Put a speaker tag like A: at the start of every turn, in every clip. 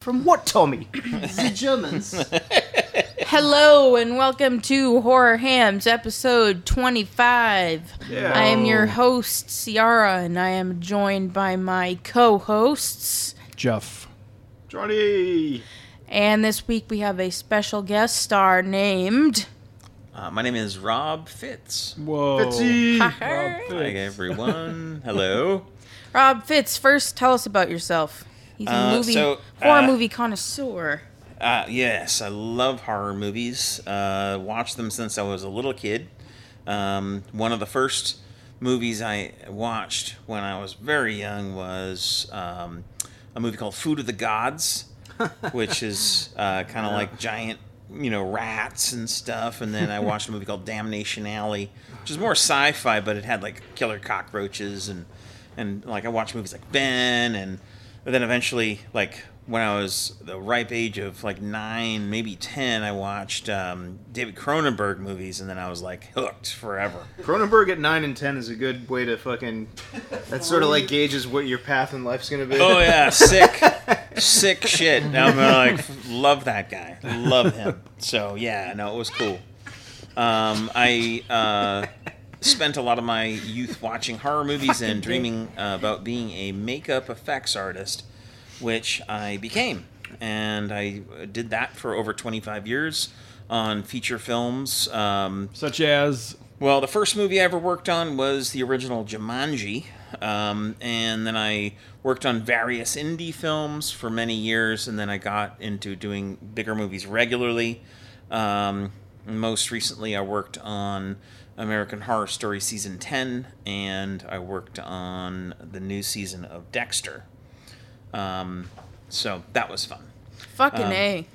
A: From what, Tommy? the Germans.
B: Hello and welcome to Horror Hams episode 25. I am your host, Ciara, and I am joined by my co hosts.
C: Jeff.
D: Johnny.
B: And this week we have a special guest star named.
E: Uh, my name is Rob Fitz.
C: Whoa.
D: Betsy.
E: Hi everyone. Hello.
B: Rob Fitz, first tell us about yourself. He's a
E: Uh,
B: movie,
E: so,
B: horror
E: uh,
B: movie connoisseur.
E: Uh, yes, I love horror movies. Uh, watched them since I was a little kid. Um, one of the first movies I watched when I was very young was um, a movie called Food of the Gods, which is uh, kind of like giant, you know, rats and stuff. And then I watched a movie called Damnation Alley, which is more sci-fi, but it had like killer cockroaches and and like I watched movies like Ben and but then eventually like when I was the ripe age of like nine, maybe ten, I watched um, David Cronenberg movies, and then I was like hooked forever.
D: Cronenberg at 9 and 10 is a good way to fucking. That sort of like gauges what your path in life's gonna be.
E: Oh yeah, sick, sick shit. And I'm like, love that guy, love him. So yeah, no, it was cool. Um, I uh, spent a lot of my youth watching horror movies and dreaming uh, about being a makeup effects artist, which I became, and I uh, did that for over 25 years on feature films. Um,
C: Such as
E: well, the first movie I ever worked on was the original Jumanji, um, and then I worked on various indie films for many years, and then I got into doing bigger movies regularly. Um, most recently, I worked on American Horror Story season ten, and I worked on the new season of Dexter. Um, so that was fun.
B: Fucking
E: um,
B: A.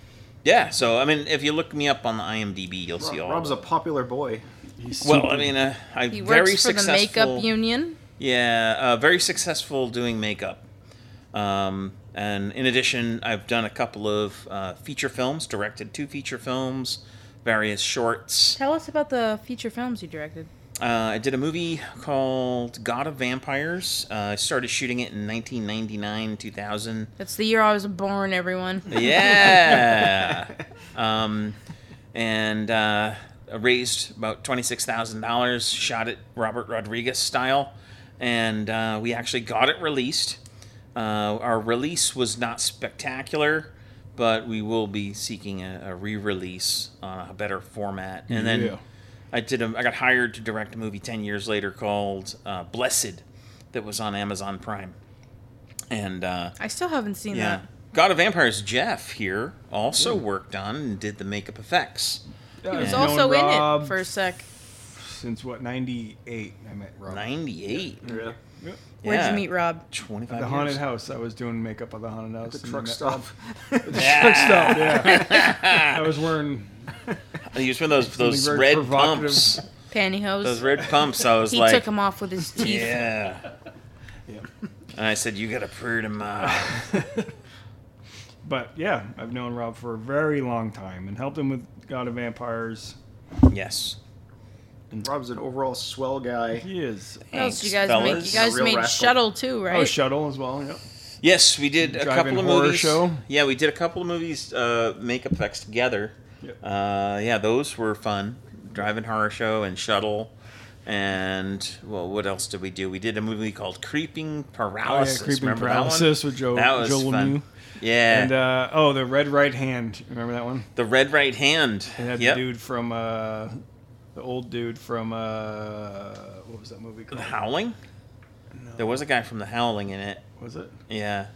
E: Yeah. So I mean, if you look me up on the IMDb, you'll see all.
D: Rob's a popular boy.
C: he's
E: well,
C: super-
E: I mean, uh, I
B: He works
E: very
B: for
E: successful.
B: the Makeup Union.
E: Yeah, uh, very successful doing makeup. Um, and in addition, I've done a couple of uh, feature films, directed two feature films, various shorts.
B: Tell us about the feature films you directed.
E: Uh, I did a movie called God of Vampires. Uh, I started shooting it in 1999, 2000.
B: That's the year I was born, everyone.
E: Yeah. um, and uh, raised about twenty six thousand dollars. Shot it Robert Rodriguez style, and uh, we actually got it released. Uh, our release was not spectacular, but we will be seeking a, a re release on a better format. And
C: Yeah.
E: then I did. A, I got hired to direct a movie ten years later called uh, Blessed, that was on Amazon Prime, and. Uh,
B: I still haven't seen
E: yeah.
B: that.
E: God of Vampires Jeff here also worked on and did the makeup effects.
B: He was
C: I've
B: also
C: known
B: in
C: Rob
B: it for a sec.
C: since what 98 I met Rob.
E: 98.
D: Yeah.
C: Yep.
B: Where'd
E: Yeah.
B: you meet Rob?
E: 25
C: At the haunted
E: years.
C: house. I was doing makeup at the haunted house.
D: The
C: and
D: truck
C: met
D: stop.
C: Rob.
E: Yeah.
C: Stop, yeah. I was wearing
E: He was one of those, those
C: very
E: red
C: provocative.
E: pumps.
B: Pantyhose.
E: Those red pumps. I was
B: he
E: like,
B: took them off with his teeth.
E: yeah. And I said, you got a prayer tomorrow.
C: But yeah, I've known Rob for a very long time and helped him with God of Vampires.
E: yes.
D: Rob's an overall swell guy.
C: He is.
B: What else
E: Thanks,
B: you guys make? You
E: fellas.
B: guys
D: Real
B: made
D: rascal.
B: Shuttle too, right?
C: Oh, Shuttle as well. Yep.
E: Yes, we did a
C: Drive-in
E: couple of
C: horror
E: movies.
C: show.
E: Yeah, we did a couple of movies, uh, makeup effects together.
C: Yep.
E: Uh, yeah, those were fun. Drive-in horror show and shuttle, and well, what else did we do? We did a movie called Creeping
C: Oh, yeah,
E: Paralysis.
C: Creeping
E: Remember
C: Paralysis
E: That one?
C: with Joe,
E: That was
C: Joe
E: fun.
C: Lemieux.
E: Yeah,
C: And uh, oh, the Red Right Hand. Remember that one?
E: the Red Right Hand.
C: It had
E: Yep.
C: the dude from uh, the old dude from uh, what was that movie
E: The
C: called?
E: Howling. There was a guy from The Howling in it.
C: Was it?
E: Yeah.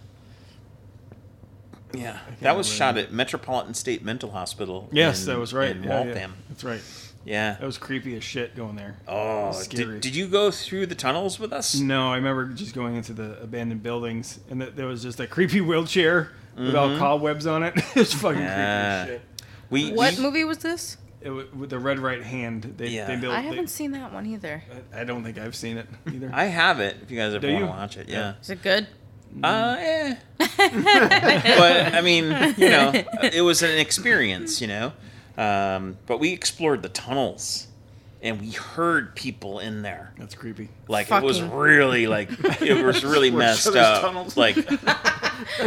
E: Yeah,
C: can't
E: that was shot
C: remember the
E: at Metropolitan State Mental Hospital.
C: Yes,
E: in-
C: that was right.
E: In
C: Yeah, yeah.
E: Waltham.
C: That's right.
E: Yeah.
C: That was creepy as shit going there.
E: Oh,
C: Scary.
E: Did, did you go through the tunnels with us?
C: No, I remember just going into the abandoned buildings and that there was just a creepy wheelchair with all cobwebs on it. it was fucking
E: Mm-hmm. Yeah.
C: creepy as shit.
E: We
B: What
E: we-
B: movie was this?
C: It wa with the red right hand. They,
E: Yeah.
C: they built.
B: I
C: they-
B: haven't seen that one either.
C: I don't think I've seen it either.
E: I have it. If you guys ever
C: Do
E: want
C: you?
E: to watch it, yeah.
B: Is it good?
D: Mm.
E: Uh, eh. but I mean, you know, it was an experience, you know. Um, but we explored the tunnels, and we heard people in there.
C: That's creepy.
E: Like it was
B: Fucking-
E: really like it was really
D: We're
E: messed
D: sure there's
E: up.
D: tunnels.
E: Like you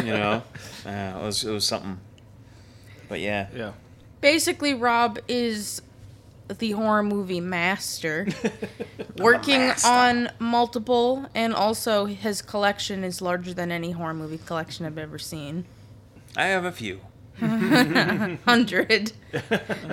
E: know, uh, it was it was something. But yeah,
C: Yeah.
B: Basically, Rob is the horror movie master, working on multiple, and also his collection is larger than any horror movie collection I've ever seen.
E: I have a few.
B: Hundred.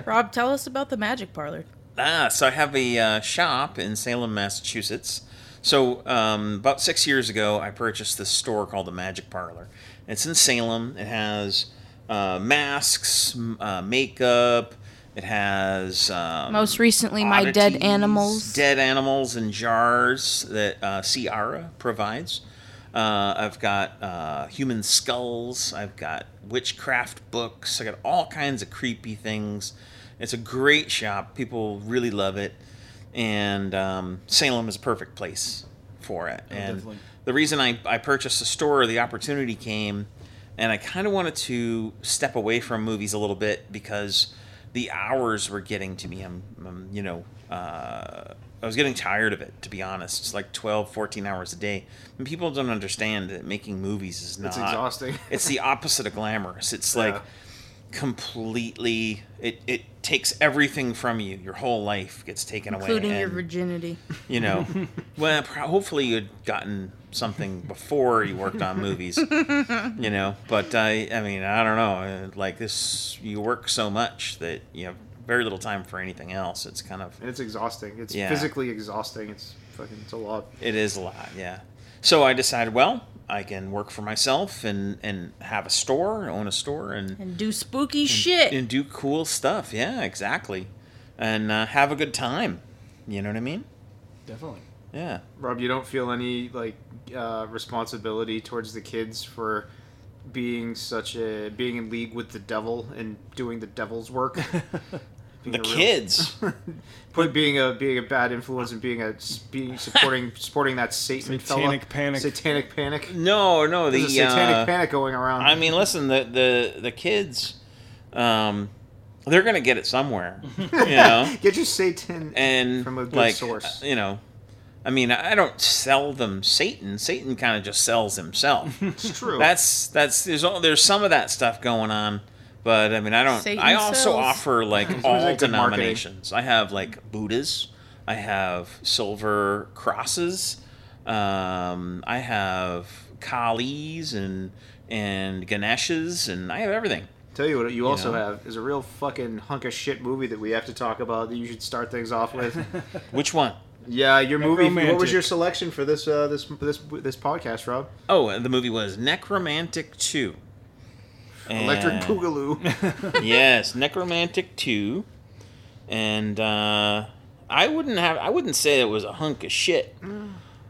B: Rob, tell us about the magic parlor.
E: Ah, so I have a uh, shop in Salem, Massachusetts. So um, about six years ago, I purchased this store called the Magic Parlor. It's in Salem. It has uh, masks, m- uh, makeup. It has um,
B: Most recently, my dead
E: oddities,
B: animals.
E: dead animals in jars that uh, Ciara provides. Uh, I've got uh, human skulls. I've got witchcraft books. I got all kinds of creepy things. It's a great shop. People really love it, and um, Salem is a perfect place for it. and
C: definitely.
E: the reason I, I purchased the store, the opportunity came, and I kind of wanted to step away from movies a little bit because the hours were getting to me. I'm, I'm, you know, uh, I was getting tired of it, to be honest. It's like 12, 14 hours a day. And people don't understand that making movies is not.
D: It's exhausting.
E: it's the opposite of glamorous. It's like
D: Yeah.
E: completely. It, it takes everything from you. Your whole life gets taken
B: Including
E: away.
B: your
E: and-
B: virginity.
E: you know well pro- hopefully you'd gotten something before you worked on movies you know but i i mean i don't know uh, like this you work so much that you have very little time for anything else it's kind of
D: and it's exhausting. It's
E: Yeah.
D: physically exhausting. It's fucking. It's a lot.
E: it is a lot yeah so i decided well i can work for myself and and have a store own a store and
B: And do spooky shit.
E: and do cool stuff yeah exactly and uh, have a good time you know what i mean
C: Definitely.
E: yeah
D: Rob, you don't feel any like uh, responsibility towards the kids for being such a being in league with the devil and doing the devil's work. Being
E: the
D: a real-
E: kids
D: put being a being a bad influence and being a being supporting supporting that Satan
C: Satanic
D: fella.
C: panic.
D: satanic panic.
E: no no the
D: There's a satanic
E: uh,
D: panic going around.
E: I mean, listen, the the the kids, um, they're gonna get it somewhere, you know.
D: get your Satan
E: And
D: from a good
E: like, uh,
D: source.
E: you know, I mean, I don't sell them Satan. Satan kind of just sells himself.
D: It's true.
E: that's that's there's all, there's some of that stuff going on, but I mean, I don't.
B: Satan
E: I also
B: sells.
E: offer like
D: always
E: all
D: like good marketing.
E: denominations. I have like Buddhas. I have silver crosses. Um, I have Kalis and and Ganeshas, and I have everything.
D: Tell you what, you also
E: know?
D: have is a real fucking hunk of shit movie that we have to talk about that you should start things off with.
E: Which one?
D: yeah, your movie. What
C: Necromantic.
D: was your selection for this uh, this this this podcast, Rob?
E: Oh, the movie was Necromantic Two.
D: Electric
E: And-
D: Boogaloo.
E: yes, Necromantic Two, and uh, I wouldn't have. I wouldn't say it was a hunk of shit.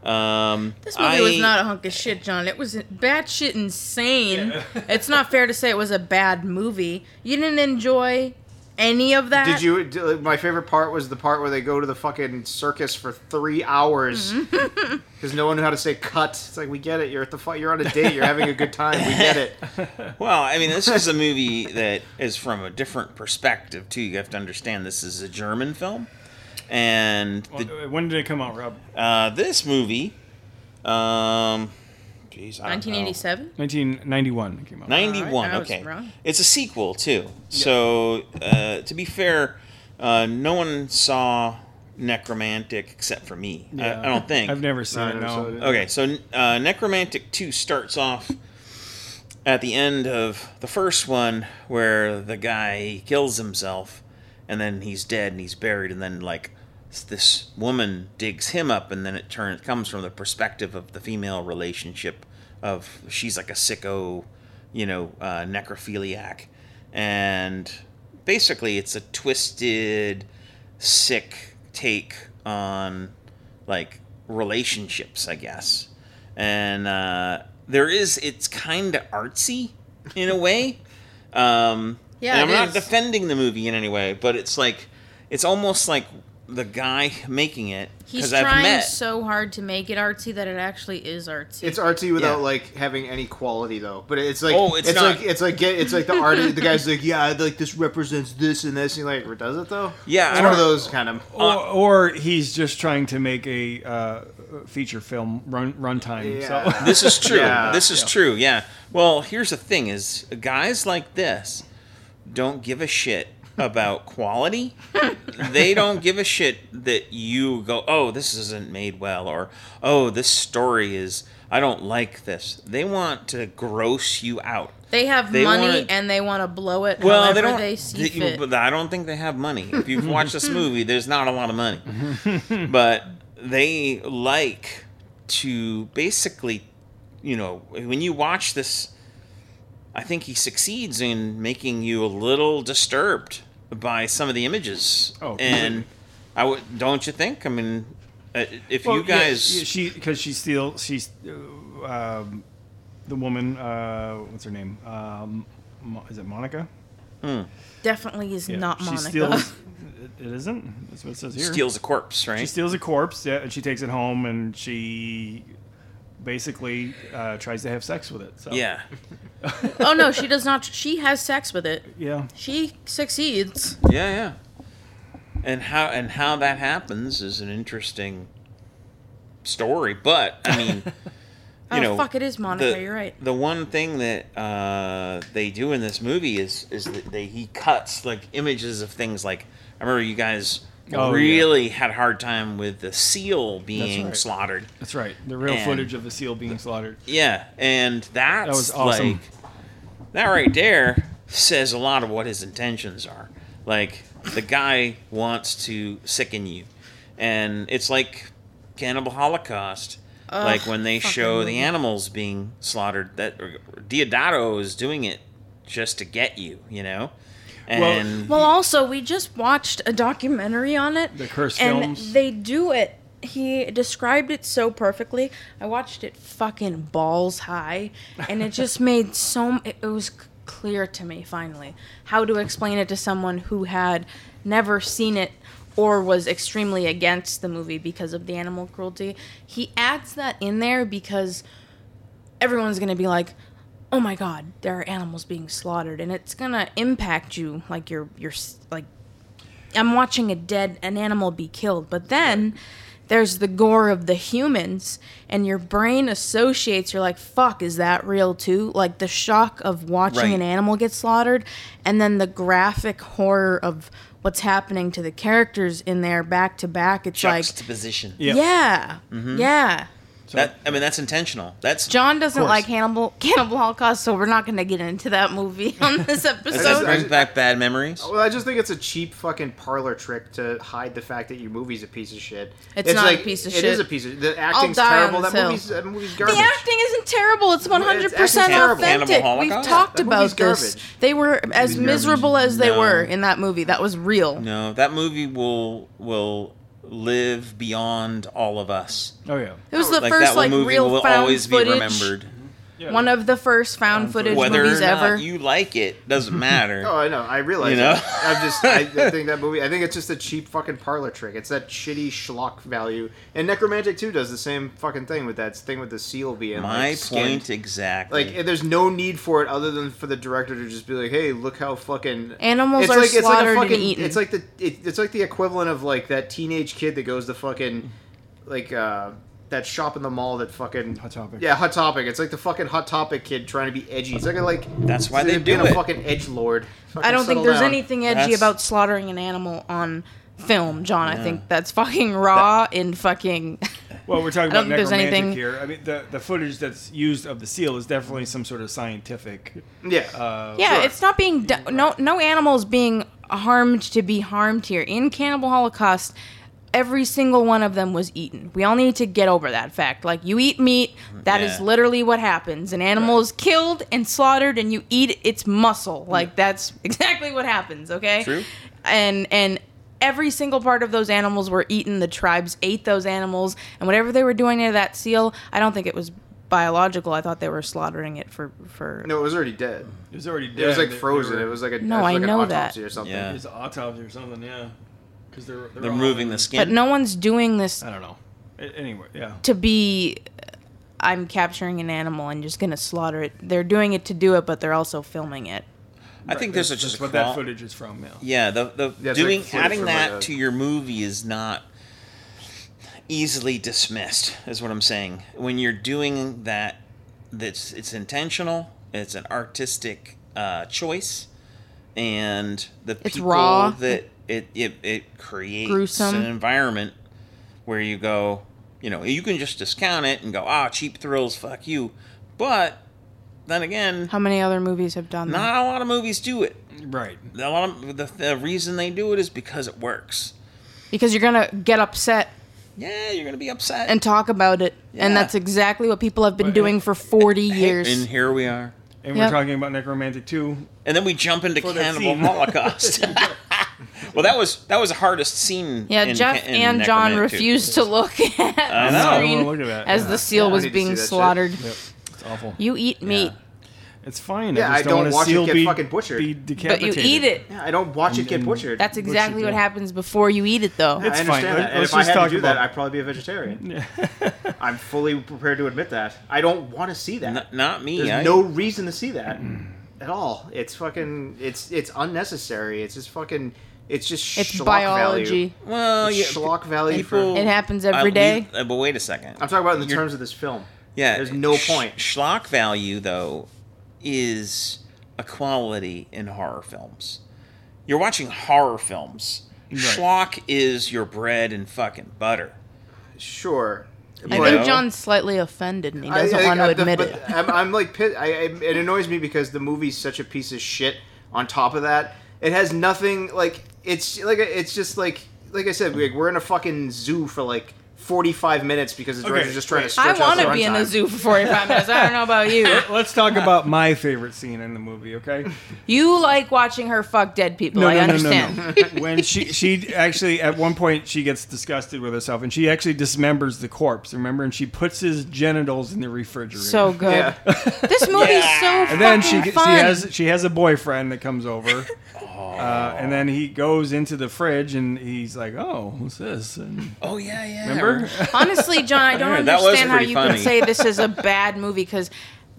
E: Um,
B: This movie
E: I-
B: was not a hunk of shit, John. It was batshit insane. it's not fair to say it was a bad movie. You didn't enjoy any of that.
D: Did you? d- My favorite part was the part where they go to the fucking circus for three hours because
B: Mm-hmm.
D: no one knew how to say cut. It's like we get it. You're at the fu- You're on a date. You're having a good time. We get it.
E: Well, I mean, this is a movie that is from a different perspective too. You have to understand this is a German film, and the,
C: Well, when did it come out, Rob?
E: uh, this movie, um, geez, I don't know.
B: 1987?
C: 1991 it came out.
E: 91
B: Alright, I was
E: okay
B: wrong.
E: it's a sequel too so uh, to be fair uh, no one saw necromantic except for me I- I, don't think
C: I've never seen
D: I
C: it.
D: never
C: No.
D: saw it.
E: okay so uh, necromantic 2 starts off at the end of the first one where the guy kills himself and then he's dead and he's buried and then like s- this woman digs him up and then it turns comes from the perspective of the female relationship of she's like a sicko you know uh, necrophiliac and basically it's a twisted sick take on like relationships i guess and uh, there is it's kind of artsy in a way um
B: Yeah,
E: and i'm
B: it
E: not
B: is.
E: defending the movie in any way but it's like it's almost like the guy making it
B: He's
E: because i've
B: trying
E: met
B: so hard to make it artsy that it actually is artsy.
D: It's artsy without
E: Yeah.
D: like having any quality though. But it's like
E: Oh, it's not-
D: like it's like get, it's like the art. the guy's like, yeah, I like this represents this and this. And you're like, does it though?
E: Yeah,
D: it's
E: I Oh.
D: one of
C: Uh,
E: don't-
D: those kind of.
C: Or, or he's just trying to make a uh, uh, feature film run runtime.
D: Yeah.
C: So
E: This is true.
D: Yeah.
E: This is true. Yeah. Well, here's the thing: is guys like this don't give a shit about quality. they don't give a shit that you go, "Oh, this isn't made well," or "Oh, this story is." I don't like this. They want to gross you out.
B: They have
E: They
B: money
E: wanna-
B: and they want to blow it.
E: Well,
B: however
E: they don't.
B: They see
E: they-
B: fit.
E: but I don't think they have money. If you've watched this movie, there's not a lot of money, but they like to basically, you know, when you watch this, I think he succeeds in making you a little disturbed by some of the images.
C: Oh,
E: and
C: completely.
E: I would, don't you think? I mean, uh, if
C: Well,
E: you
C: yeah,
E: guys,
C: yeah, she because she still she's uh, um, the woman. Uh, what's her name? Um, Mo- is it Monica?
B: Definitely is
C: Yeah.
B: not
C: she
B: Monica.
C: Steals, it it isn't. That's what it says here.
E: steals a corpse, right?
C: She steals a corpse, yeah, and she takes it home, and she basically uh, tries to have sex with it. So
E: yeah.
B: oh no, she does not. She has sex with it.
C: yeah.
B: She succeeds.
E: Yeah, yeah. And how and how that happens is an interesting story, but I mean, you
B: Oh,
E: know,
B: fuck, it is Monica,
E: the-
B: you're right.
E: The one thing that uh, they do in this movie is is that they he cuts like images of things like I remember you guys
C: Oh, yeah.
E: really had a hard time with the seal being
C: right.
E: slaughtered.
C: That's right. The real
E: And-
C: footage of the seal being slaughtered.
E: Yeah, and that's
C: was awesome.
E: like that right there says a lot of what his intentions are. Like the guy wants to sicken you, and it's like Cannibal Holocaust. like when they
B: fucking
E: show
B: movie.
E: the animals being slaughtered, that Diodato is doing it just to get you, you know. And
B: Well, also, we just watched a documentary on it.
C: The Cursed
B: and
C: Films.
B: they do it. He described it so perfectly. I watched it fucking balls high, and it just made so. m- It, it was c- clear to me finally how to explain it to someone who had never seen it or was extremely against the movie because of the animal cruelty. He adds that in there because everyone's gonna be like, "Oh my God, there are animals being slaughtered," and it's gonna impact you like you're you're s- like, I'm watching a dead an animal be killed, but then. There's the gore of the humans, and your brain associates. You're like, "Fuck, is that real too?" Like the shock of watching
E: Right.
B: an animal get slaughtered, and then the graphic horror of what's happening to the characters in there back to back. It's like,
E: juxtaposition.
C: Yeah.
B: yeah, yeah.
E: That I mean, that's intentional. That's
B: John doesn't
C: course.
B: like Hannibal, Cannibal Holocaust, so we're not going to get into that movie on this
E: that just
B: episode.
E: brings back bad memories.
D: Well, I just think it's a cheap fucking parlor trick to hide the fact that your movie's a piece of shit.
B: It's not a piece of shit.
D: It is a piece of The acting's
B: die on
D: terrible.
B: this
D: That
B: hill.
D: movie's, that movie's
B: the
D: garbage.
B: acting isn't terrible. It's 100%
D: terrible.
B: authentic.
E: Cannibal
B: We've
E: Holocaust?
B: talked
D: That
B: about
D: movie's
B: this.
D: garbage.
B: They were as miserable as they
E: No.
B: were in that movie. That was real.
E: No, that movie will will live beyond all of us.
C: Oh yeah.
B: It was the
E: like that
B: first
E: one
B: like
E: movie
B: real
E: will
B: found
E: always
B: footage.
E: be remembered.
C: Yeah.
B: One of the first found footage
E: Whether or
B: movies
E: not
B: ever.
E: you like it doesn't matter.
D: Oh, I know. I realize.
E: You know?
D: that. I'm just. I, I think that movie. I think it's just a cheap fucking parlor trick. It's that shitty schlock value. And Necromantic Two does the same fucking thing with that thing with the seal being.
E: My
D: like, skinned.
E: point exactly.
D: Like, and there's no need for it other than for the director to just be like, "Hey, look how fucking
B: Animals
D: it's
B: are
D: like,
B: slaughtered
D: it's like
B: and
D: a fucking,
B: eaten.
D: It's like the it, it's like the equivalent of like that teenage kid that goes to fucking like uh that shop in the mall that fucking
C: Hot Topic.
D: Yeah, Hot Topic. It's like the fucking Hot Topic kid trying to be edgy. It's like a, like
E: That's why
D: it's
E: they
D: like being
E: do
D: a
E: it.
D: fucking edge lord.
B: I don't think there's anything edgy
E: That's-
B: about slaughtering an animal on film, John. I
E: Yeah.
B: think that's fucking raw and fucking.
C: Well, we're talking
B: I don't
C: about
B: think there's
C: necromantic
B: anything-
C: here. I mean, the the footage that's used of the seal is definitely some sort of scientific.
D: Yeah,
C: Uh,
B: Yeah,
D: Sure.
B: it's not being do- no no animals being harmed to be harmed here. In Cannibal Holocaust, every single one of them was eaten. We all need to get over that fact. Like you eat meat, that is
E: Yeah.
B: literally what happens. An animal is killed and slaughtered and you eat its muscle. Like that's exactly what happens, okay?
E: Mm. True.
B: And and every single part of those animals were eaten. The tribes ate those animals and whatever they were doing to that seal, I don't think it was biological. I thought they were slaughtering it for for
D: no, it was already dead.
C: It was already dead.
D: It was like
C: They- they
D: frozen.
C: were-
D: It was like a
B: No,
D: it was
B: I
D: like
B: know
D: an autopsy
B: that.
D: or something.
E: Yeah.
C: It's an autopsy or something, yeah. Because they're they're,
E: they're
C: all
E: moving
C: in-
E: the skin.
B: But no one's doing this
C: I don't know. A- Anyway, yeah.
B: to be I'm capturing an animal and just gonna slaughter it. They're doing it to do it, but they're also filming it.
E: I think there's a, just a
C: what
E: qual-
C: that footage is from. Yeah.
E: Yeah, the the
D: Yeah, it's
E: doing
D: like footage
E: adding
D: from,
E: that
D: like, a-
E: to your movie is not. easily dismissed is what i'm saying when you're doing that that's it's intentional it's an artistic uh, choice and the
B: It's
E: people
B: raw.
E: that it it, it creates
B: Gruesome.
E: an environment where you go you know you can just discount it and go ah cheap thrills fuck you but then again
B: How many other movies have done that?
E: not a lot of movies do it
C: Right.
E: a lot of the, the reason they do it is because it works
B: Because you're gonna get upset
E: yeah you're gonna be upset
B: and talk about it,
E: Yeah.
B: and that's exactly what people have been
C: But-
B: doing for 40 years.
E: and here we are
B: Yep.
C: And we're talking about Necromantic 2.
E: and then we jump into
C: that
E: Cannibal
C: scene.
E: Holocaust. well, that was that was the hardest scene.
B: yeah,
E: in
B: Jeff
E: Ca- in
B: and John
E: Necromantic.
B: refused to look at
E: I
B: the
E: know.
B: screen
C: Look at that,
B: as
C: yeah.
B: the seal
D: Yeah, I
B: was
D: need to see
B: being
D: that shit.
B: slaughtered.
C: Yep. It's awful.
B: You eat meat,
C: It's fine.
D: Yeah,
C: I, just
D: I don't
C: wanna
D: watch it
C: seal
D: get
C: be,
D: fucking butchered.
C: Be
B: but you
C: decapitated.
B: eat it.
D: Yeah, I don't watch it get
C: and-
D: butchered.
B: That's exactly what
C: yeah.
B: happens before you eat it, though.
C: It's
D: I understand
C: fine. Let-
D: that. And
C: let's
D: if I
C: just
D: had
C: talk
D: to do that,
C: about-
D: I'd probably be a vegetarian. I'm fully prepared to admit that. I don't want to see that.
E: N- not me.
D: There's
E: I,
D: no reason to see that at all. It's fucking. It's it's unnecessary. It's just fucking. It's just
B: It's
D: schlock
B: biology. Oh,
E: Well,
D: Value.
E: yeah,
D: It's schlock value
E: people-
D: for.
B: It happens
E: I-
B: every day.
E: uh, but wait a 2nd
D: I'm talking about in the terms of this film.
E: yeah,
D: there's no
E: sh-
D: point.
E: Schlock value though is a quality in horror films. You're watching horror films. Schlock is your bread and fucking butter.
D: Sure.
B: I
E: You
B: think
E: know?
B: John's slightly offended and he
D: I-
B: doesn't
D: I-
B: want to
D: I-
B: admit
D: but
B: it.
D: I'm, I'm like, pit, I, I, it annoys me because the movie's such a piece of shit. On top of that, it has nothing. Like it's like it's just like like I said, like, we're in a fucking zoo for like 45 minutes because the director's
C: Okay,
D: just trying to
C: right.
B: I
D: stretch out
B: want
D: the
B: to be in
D: runtime.
B: a zoo for 45 minutes. I don't know about you.
C: Let's talk about my favorite scene in the movie, okay?
B: You like watching her fuck dead people. I understand.
C: No, no, no. when she she actually at one point she gets disgusted with herself and she actually dismembers the corpse, remember? And she puts his genitals in the refrigerator.
B: So good.
D: Yeah.
B: This movie's so
E: Yeah.
B: fucking
C: and then she she
B: fun.
C: has she has a boyfriend that comes over. Uh, and then he goes into the fridge and he's like, "Oh, what's this?" And
E: Oh yeah, yeah.
C: remember,
B: Honestly, John, I don't
E: Yeah, that was
B: understand how
E: pretty
B: you
E: funny.
B: can say this is a bad movie because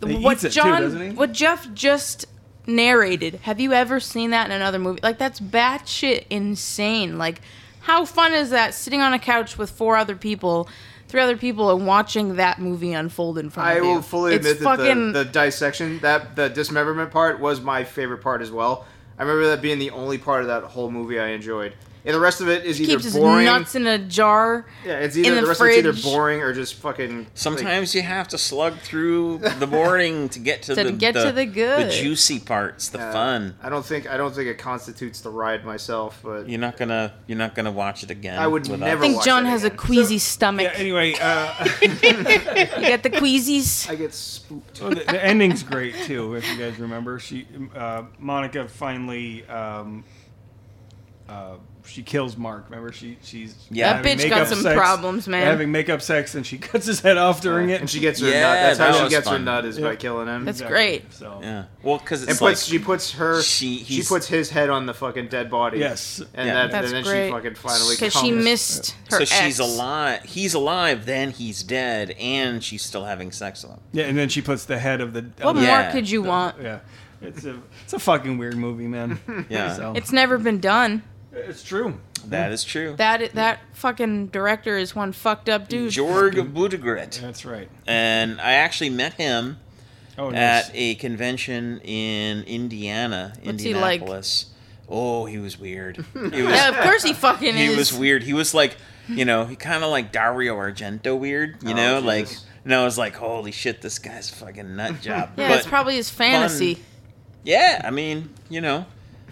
C: He
B: what
C: eats it too,
B: John,
C: doesn't he?
B: what Jeff just narrated. Have you ever seen that in another movie? Like that's batshit insane. Like, how fun is that? Sitting on a couch with four other people, three other people, and watching that movie unfold in front
D: I
B: of you.
D: will fully
B: It's
D: admit that
B: fucking-
D: the, the dissection, that the dismemberment part, was my favorite part as well. I remember that being the only part of that whole movie I enjoyed. And the rest of it is
B: keeps
D: either
B: his
D: boring.
B: nuts in a jar.
D: yeah, it's
B: in
D: either the,
B: the
D: rest of it's
B: fridge.
D: either boring or just fucking. like,
E: Sometimes you have to slug through the boring to get to,
B: To
E: the
B: get
E: the,
B: to the good.
E: the juicy parts, the
D: uh,
E: fun.
D: I don't think I don't think it constitutes the ride myself, but
E: You're not gonna you're not gonna watch it again.
D: I would
E: without-
B: I
D: never-
B: think
D: watch
B: John
D: that
B: has a
D: again.
B: queasy stomach.
C: yeah. Anyway, uh,
B: You get the queasies.
D: I get spooked.
C: well, the, the ending's great too. If you guys remember, she uh, Monica finally um, uh, she kills Mark. Remember, she she's
E: Yeah.
C: having
B: That bitch got
C: makeup
B: some problems, man.
C: Having makeup sex, and she cuts his head off during it.
D: And she gets her
E: Yeah,
D: nut. That's
E: that
D: how she
E: was
D: gets
E: fun.
D: her nut is by killing him.
B: That's-
C: Exactly.
B: great.
C: So
E: Yeah. Well, because
D: and
E: it's
D: puts
E: like
D: she puts her
E: she-
D: she,
E: he's-
D: puts his head on the fucking dead body.
C: Yes.
D: and
E: Yeah.
D: that
B: That's
D: and then
B: great.
D: she fucking finally
B: Because she
D: comes.
B: missed her
E: so
B: ex.
E: she's alive. He's alive. Then he's dead, and she's still having sex with him.
C: yeah, and then she puts the head of the
B: What
E: Yeah.
B: more could you want?
C: yeah. It's a it's a fucking weird movie, man.
E: Yeah.
C: So-
B: It's never been done.
C: it's true.
E: That is true.
B: That that fucking director is one fucked up dude.
E: Georg
B: Mm-hmm.
E: Budegret,
C: That's right.
E: and I actually met him
C: Oh, nice.
E: at a convention in Indiana,
B: What's he like?
E: Indianapolis. Oh, he was weird. He was
B: Yeah, of course he fucking
E: he
B: is.
E: was weird. He was like, you know, he kind of like Dario Argento weird, you
D: Oh,
E: know,
D: Jesus.
E: like. And I was like, holy shit, this guy's a fucking nut job.
B: yeah,
E: But,
B: it's probably his fantasy.
E: Yeah, I mean, you know,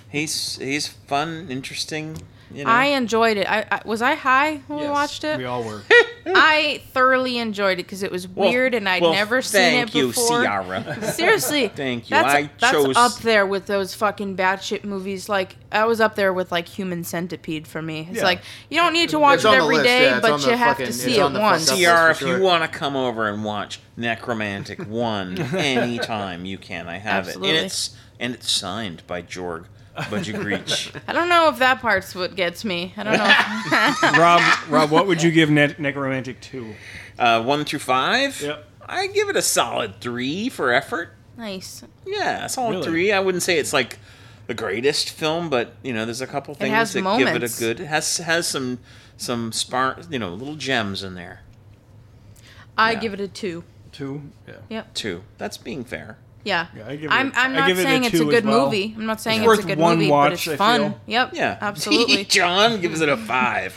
E: he's he's fun, interesting. You know,
B: I enjoyed it. I, I was I high when we watched it.
C: We all were.
B: I thoroughly enjoyed it because it was
E: Well-
B: weird and I'd
E: well,
B: never seen it
E: Thank you,
B: before.
E: Ciara.
B: Seriously,
E: Thank you.
B: That's,
E: I
B: that's
E: chose-
B: up there with those fucking batshit movies. Like I was up there with like Human Centipede for me. It's
C: Yeah.
B: like you don't need to watch
D: It's
B: it
D: on the
B: every
D: list,
B: day,
D: yeah, it's
B: but
D: on
B: you
D: the
B: have
D: fucking-
B: to
D: it's
B: see it
D: on the fucked
B: once.
D: up
E: Ciara, if
D: for sure.
E: you want to come over and watch Necromantic One anytime you can, I have it,
B: Absolutely.
E: and it's and it's signed by Jorg Budgegrich.
B: I don't know if that part's what gets me. I don't know. if-
C: Rob, Rob, what would you give ne- Necromantic two?
E: Uh, one through five.
C: Yep.
E: I give it a solid three for effort.
B: nice.
E: Yeah, a solid
C: Really?
E: three. I wouldn't say it's like the greatest film, but you know, there's a couple things
B: has
E: that give it
B: moments.
E: a good. It has has some some spark, you know, little gems in there
B: I
E: Yeah.
B: give it a two.
C: Two. Yeah.
B: Yep.
E: too. That's being fair.
B: Yeah.
C: Yeah, I give it
B: I'm,
C: a-
B: I'm
C: I
B: not
C: give it a
B: saying it's a
C: two as
B: good
C: well.
B: movie. I'm not saying
C: It's
B: it's, a
C: worth
B: good
C: one
B: movie,
C: watch,
B: but it's
C: I
B: fun.
C: feel.
B: Yep.
E: Yeah,
B: Absolutely.
E: John gives it a five.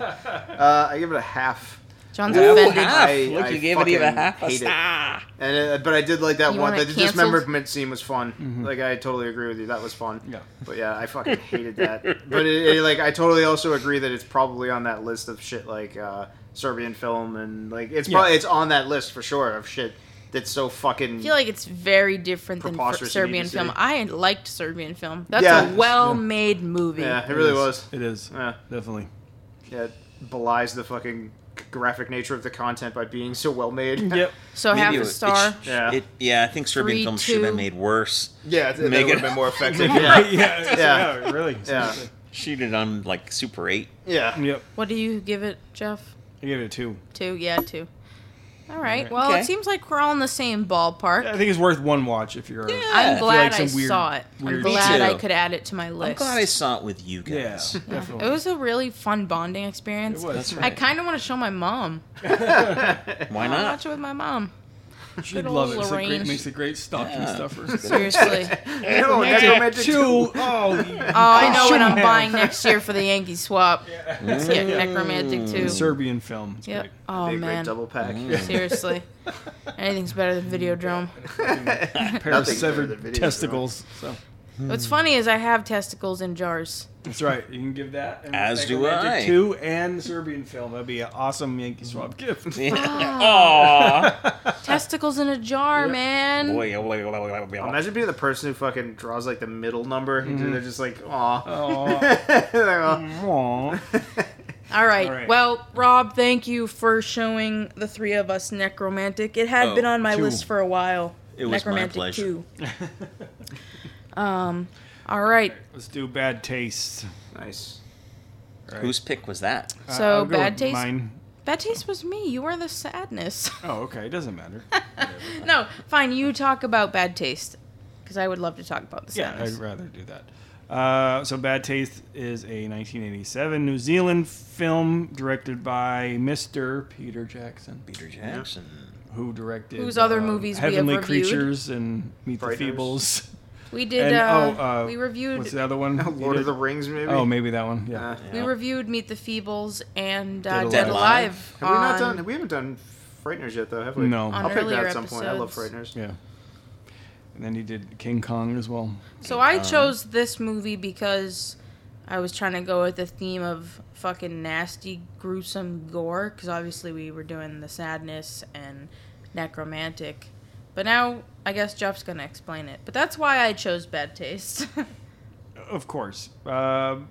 D: Uh, I give it a half.
B: John's
E: Ooh,
B: offended.
E: half.
D: I-
E: Look,
D: I
E: you gave it even
D: fucking
E: half a
D: hate it.
E: star.
D: And uh, but I did like that
B: You
D: one.
B: want
D: The
B: it canceled?
D: dismemberment scene was fun. Like I totally agree with you. That was fun.
C: Mm-hmm. Yeah.
D: But yeah, I fucking hated that. but it, it, like I totally also agree that it's probably on that list of shit like uh, Serbian film and like it's
C: Yeah.
D: probably it's on that list for sure of shit that's so fucking.
B: I feel like it's very different than fr-
D: Preposterous and
B: Serbian
D: easy.
B: film. I liked Serbian film. That's
D: Yeah.
B: a well-made movie.
D: yeah, it really was.
C: It is.
D: Yeah.
C: Definitely.
D: Yeah, it belies the fucking graphic nature of the content by being so well made.
C: Yep.
B: So half
E: Maybe it-
B: a
E: it sh-
B: star.
D: Yeah.
E: It, yeah, I think Serbian
B: Three,
E: films should have
B: two.
E: been made worse.
D: Yeah, it, that
E: Make
D: would
E: it-
D: have been more effective.
C: yeah.
D: yeah.
C: yeah.
D: Yeah.
C: Really.
D: Yeah.
E: Cheated on like Super Eight.
D: Yeah.
C: Yep.
B: What do you give it, Jeff?
C: I give it a two.
B: Two? Yeah, two. All right.
C: Alright.
B: Well,
E: Okay.
B: it seems like we're all in the same ballpark.
C: I think it's worth one watch if you're.
E: Yeah. I
B: I'm
E: feel
B: glad
C: like
B: I
C: some weird-
B: saw it. I'm
C: weird- Me
B: glad I
E: too.
B: could add it to my list.
E: I'm glad I saw it with you guys.
C: Yeah,
B: Yeah.
C: definitely.
B: It was a really fun bonding experience.
C: It was.
E: That's
B: I
E: right.
B: kind of want to show my mom.
E: Why
B: I want to watch
E: not?
B: it with my mom.
C: She'd
B: Good
C: love
B: old
C: it. It's a great,
B: Lorraine.
C: makes a great stocking
E: Yeah.
C: stuffer.
B: Seriously.
D: No, necromantic
C: Two. Oh,
B: Oh, I know what
C: shouldn't
B: I'm
C: have.
B: buying next year for the Yankee swap. Let's get
E: Mm.
B: Necromantic too.
C: Serbian film. It's
B: Yep.
C: great.
B: Oh
D: Be a
B: man.
D: great double pack.
E: Mm-hmm.
B: Seriously. Anything's better than Videodrome.
C: Pair of
D: Nothing's better than
C: severed
D: video,
C: testicles. So
E: Hmm.
B: What's funny is I have testicles in jars.
C: that's right. You can give that. And
E: As do
C: Necromantic
E: I.
C: Two and Serbian film. That'd be an awesome Yankee swap gift.
E: Aw.
B: Testicles in a jar, man.
E: Boy, oh, boy, oh, boy, oh, boy, oh.
D: Imagine being the person who fucking draws like the middle number. They're just like, aw.
C: Oh.
D: They're all-
B: All right.
C: All right.
B: Well, Rob, thank you for showing the three of us Necromantic. It had
E: Oh,
B: been on my
C: two.
B: list for a while.
E: It was my
B: Necromantic
E: pleasure.
B: Two. um. All right.
C: Let's do bad taste.
D: nice.
C: All right.
E: Whose pick was that?
C: Uh,
B: So,
C: I'll go
B: bad
C: with
B: taste?
C: Mine.
B: Bad taste was me. You were the sadness.
C: Oh, okay. It doesn't matter.
B: no, fine. You talk about bad taste, because I would love to talk about the
C: Yeah, I'd
B: sadness.
C: rather do that. Uh, so, Bad Taste is a 1987 New Zealand film directed by Mr. Peter Jackson,
E: Peter Jackson.
C: who directed
B: Whose other
C: uh,
B: movies we have
C: Heavenly
B: reviewed.
C: Creatures and Meet the
D: Frighteners.
C: Feebles.
B: we did.
C: and
B: uh,
C: oh, uh,
B: we reviewed.
C: What's the other one? You
D: Lord of
C: did?
D: the Rings, maybe.
C: Oh, maybe that one. Yeah.
D: Uh,
B: We
E: Yeah.
B: reviewed Meet the Feebles and uh,
C: Dead
B: Dead Alive.
E: Alive.
D: have we not
B: on-
D: done? We haven't done Frighteners yet, though, have we?
C: No. On
D: I'll pick that
B: Um, earlier
D: at some point. I love
B: episodes.
D: Frighteners.
C: yeah. And then he did King Kong as well.
B: So I chose this movie because I was trying to go with the theme of fucking nasty, gruesome gore. Because obviously we were doing the sadness and necromantic, but now I guess Jeff's gonna explain it. But that's why I chose Bad Taste.
C: Of course. Um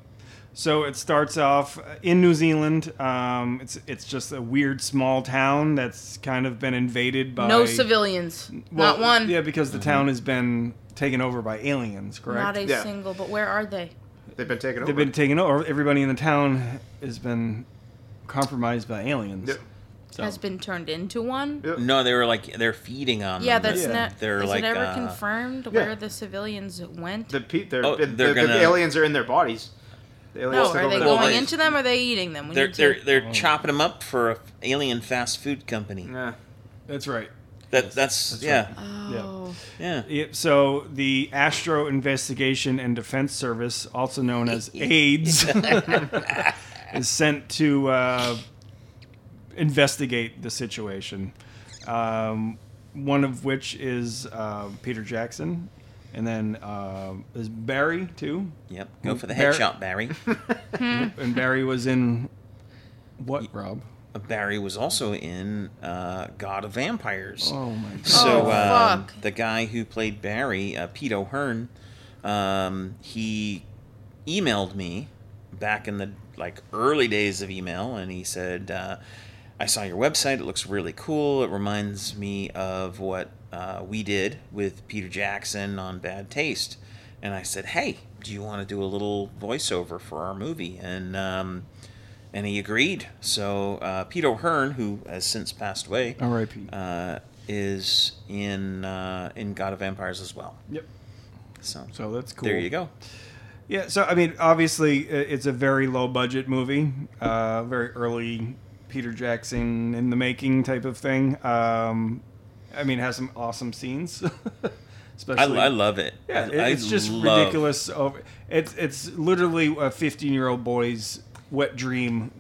C: so it starts off in New Zealand. Um, it's it's just a weird small town that's kind of been invaded by
B: no civilians,
C: Well,
B: not one,
C: Yeah, because the town has been taken over by aliens, correct?
B: not a
D: Yeah.
B: single. But where are they?
D: They've been taken over.
C: They've been taken over. Everybody in the town has been compromised by aliens.
D: Yep.
C: So,
B: Has been turned into one.
D: Yep.
E: No, they were like they're feeding on.
B: Yeah,
E: them.
B: that's
C: Yeah.
B: not.
E: They're
B: is
E: like,
B: it ever
E: uh,
B: confirmed where the civilians went?
D: the pe- they're,
E: Oh,
D: the-
E: they're
D: the-
E: gonna-
D: the aliens are in their bodies. The aliens
B: no,
D: took
B: are
D: over
B: they
D: their
B: going
D: bodies.
B: into them? Or are they eating them? We
E: They're
B: need
E: they're
B: to-
E: they're chopping them up for a alien fast food company.
D: Yeah.
C: That's right.
E: That that's, yeah
B: Oh.
E: yeah.
C: Yep, so the Astro Investigation and Defense Service, also known as AIDS, is sent to uh, investigate the situation. Um, one of which is uh, Peter Jackson, and then uh, is Barry too.
E: Yep. Go for the
C: Bar-
E: headshot, Barry.
C: And Barry was in what, Rob?
E: Barry was also in uh, God of Vampires.
C: Oh my god!
E: So
B: Oh,
E: um,
B: fuck.
E: the guy who played Barry, uh, Pete O'Hearn, um, he emailed me back in the like early days of email, and he said, uh, "I saw your website. It looks really cool. It reminds me of what uh, we did with Peter Jackson on Bad Taste." And I said, "Hey, do you want to do a little voiceover for our movie?" And um, and he agreed. So uh, Pete O'Hearn, who has since passed away,
C: R.I.P.
E: uh, is in uh, in God of Vampires as well.
C: yep.
E: So,
C: So that's cool.
E: there you go.
C: Yeah, so I mean, obviously, i- it's a very low budget movie, uh, very early Peter Jackson in the making type of thing. Um, I mean, it has some awesome scenes.
E: I,
C: Especially,
E: I love it.
C: Yeah,
E: I,
C: it- it's just
E: love-
C: ridiculous. Over, it's it's literally a 15 year old boy's wet dream.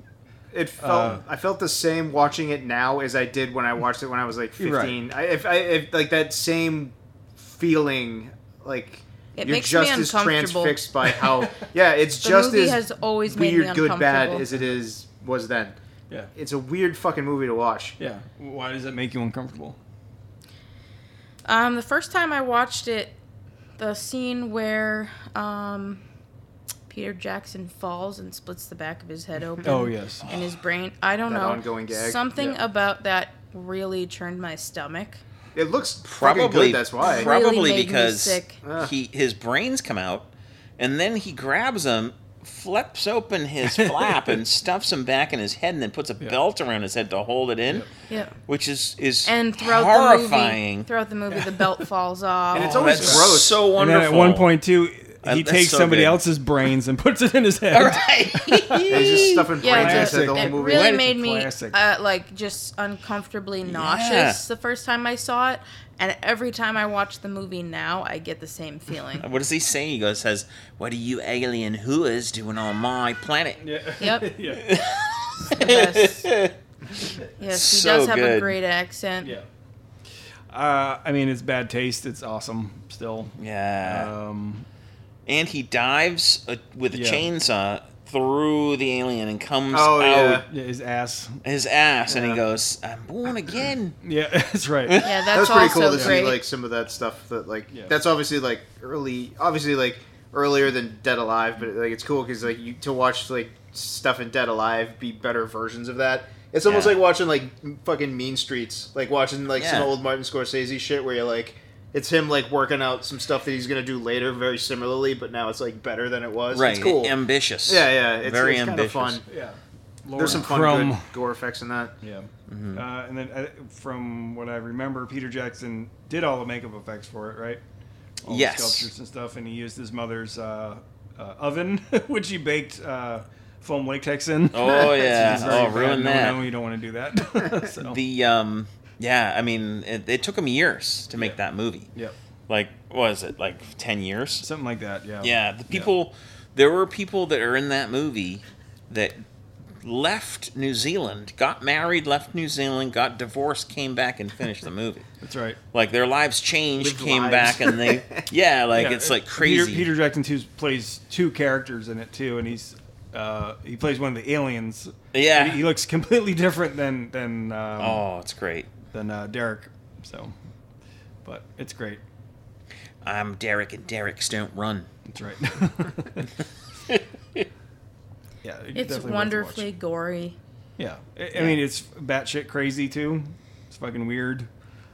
D: It felt I felt the same watching it now as I did when I watched it when I was like
C: You're right.
D: 15. I, if I if like that same feeling like
B: It
D: you're
B: makes me
D: just as
B: uncomfortable.
D: transfixed by how yeah, it's
B: The
D: just
B: movie
D: as
B: has always made me
D: weird good bad
B: uncomfortable.
D: as it is was then.
C: Yeah,
D: It's a weird fucking movie to watch.
C: yeah. Why does that make you uncomfortable?
B: Um, the first time I watched it, the scene where um, Peter Jackson falls and splits the back of his head open.
C: Oh, yes.
B: And his brain. I don't
D: That
B: know.
D: ongoing gag.
B: Something
C: Yeah.
B: about that really turned my stomach.
D: It looks probably
E: Probably
D: good, that's why.
B: Really
E: Probably
B: made me
E: because
B: sick.
D: Ugh.
E: he his brains come out, and then he grabs them, flips open his flap, and stuffs them back in his head, and then puts a belt around his head to hold it in,
B: Yeah.
E: which is is
B: And throughout the
E: horrifying.
B: movie, throughout the movie, the belt falls off.
D: And it's
E: Oh,
D: always
E: that's
D: gross.
E: so
C: And
E: wonderful.
C: then at one point too,
E: Uh,
C: he
E: that's
C: takes
E: so
C: somebody
E: good.
C: else's brains and puts it in his head.
E: right.
D: It's just stuffing
B: yeah,
D: brains
B: it,
D: inside
B: it,
D: the whole
B: it
D: movie.
B: really
C: Right, it's a
B: made me
C: classic.
B: uh, like just uncomfortably nauseous the first time I saw it, and every time I watch the movie now, I get the same feeling.
E: what does he say? He goes, says, "What are you alien hooers doing on my planet?"
B: Yep.
C: yeah.
B: the best. Yes, he
E: So
B: does have a
E: good.
B: great accent.
C: Yeah. Uh, I mean, it's bad taste. It's awesome still.
E: Yeah.
C: Um,
E: and he dives uh with a
C: Yeah.
E: chainsaw through the alien and comes
D: Oh,
E: out
D: yeah.
C: his ass.
E: his ass, and he
D: Yeah.
E: goes, "I'm born again."
C: Yeah, that's right.
B: Yeah,
D: That was
B: that's
D: pretty
B: also
D: cool to
B: great.
D: see like some of that stuff that like
C: Yeah.
D: that's obviously like early obviously like earlier than Dead Alive, but like it's cool because like you to watch like stuff in Dead Alive be better versions of that. It's almost
E: Yeah.
D: like watching like m- fucking Mean Streets, like watching like some
E: Yeah.
D: old Martin Scorsese shit where you're like. It's him like working out some stuff that he's gonna do later, very similarly, but now it's like better than it was.
E: Right.
D: it's cool.
E: Ambitious.
D: yeah, yeah, it's,
E: Very
D: it's kind of
E: ambitious.
D: fun.
C: yeah. Lord
D: There's some fun
C: Crumb.
D: good gore effects in that.
C: Yeah.
E: Mm-hmm.
C: Uh, and then, uh, from what I remember, Peter Jackson did all the makeup effects for it, right? All
E: Yes.
C: The sculptures and stuff, and he used his mother's uh, uh, oven, which he baked uh, foam latex in.
E: Oh yeah.
C: It's very
E: oh,
C: bad.
E: ruin
C: no,
E: that.
C: No, you don't want to do that. so,
E: The um, yeah. I mean, it, it took him years to make
C: Yeah.
E: that movie.
C: yeah,
E: Like, what is it? Like ten years.
C: something like that. Oh, Yeah.
E: Yeah, the people. There were people that are in that movie that left New Zealand, got married, left New Zealand, got divorced, came back and finished the movie.
C: That's right.
E: Like their lives changed,
D: Lived
E: came
D: lives.
E: back, and they yeah, like
C: Yeah, uh,
E: it's like
C: Peter-
E: crazy.
C: Peter, Jackson two plays two characters in it too, and he's uh, he plays one of the aliens.
E: Yeah.
C: he, he looks completely different than than um,
E: oh, it's great.
C: than uh, Derek. So, but it's great.
E: I'm Derek, and Derek's don't run.
C: That's right. yeah, it definitely
B: it's
C: worth a watch.
B: wonderful wonderfully gory.
C: Yeah, I, I mean it's batshit crazy too. It's fucking weird.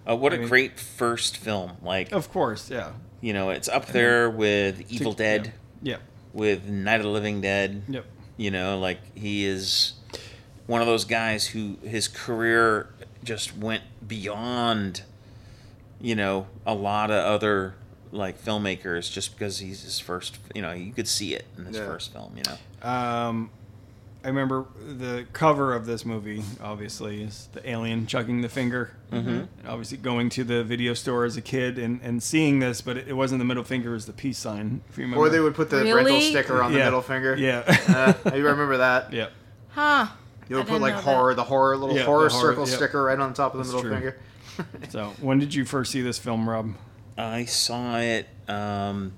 E: Uh, what
C: I
E: a
C: mean-
E: great first film! Like
C: Of course, yeah.
E: you know, it's up there with Evil Dead,
C: Yeah.
E: with Night of the Living Dead.
C: Yep.
E: You know, like he is one of those guys who his career just went beyond, you know, a lot of other like filmmakers just because he's his first, you know, you could see it in his
D: Yeah.
E: first film, you know.
C: Um, I remember the cover of this movie, obviously, is the alien chugging the finger. Mm-hmm. And obviously, going to the video store as a kid and, and seeing this, but it, it wasn't the middle finger, it was the peace sign, if you remember.
D: Or they would put the rental
B: Really?
D: sticker on the
C: Yeah.
D: middle finger.
C: Yeah.
D: uh, I remember that.
C: yeah.
B: Huh.
D: You
B: I
D: would put
B: didn't
D: like
B: know that.
D: horror, the horror little
C: Yeah, the
D: horror,
C: horror,
D: circle
C: yeah.
D: sticker right on top of the
C: That's
D: middle
C: true.
D: finger.
C: So, when did you first see this film, Rob?
E: I saw it. Um,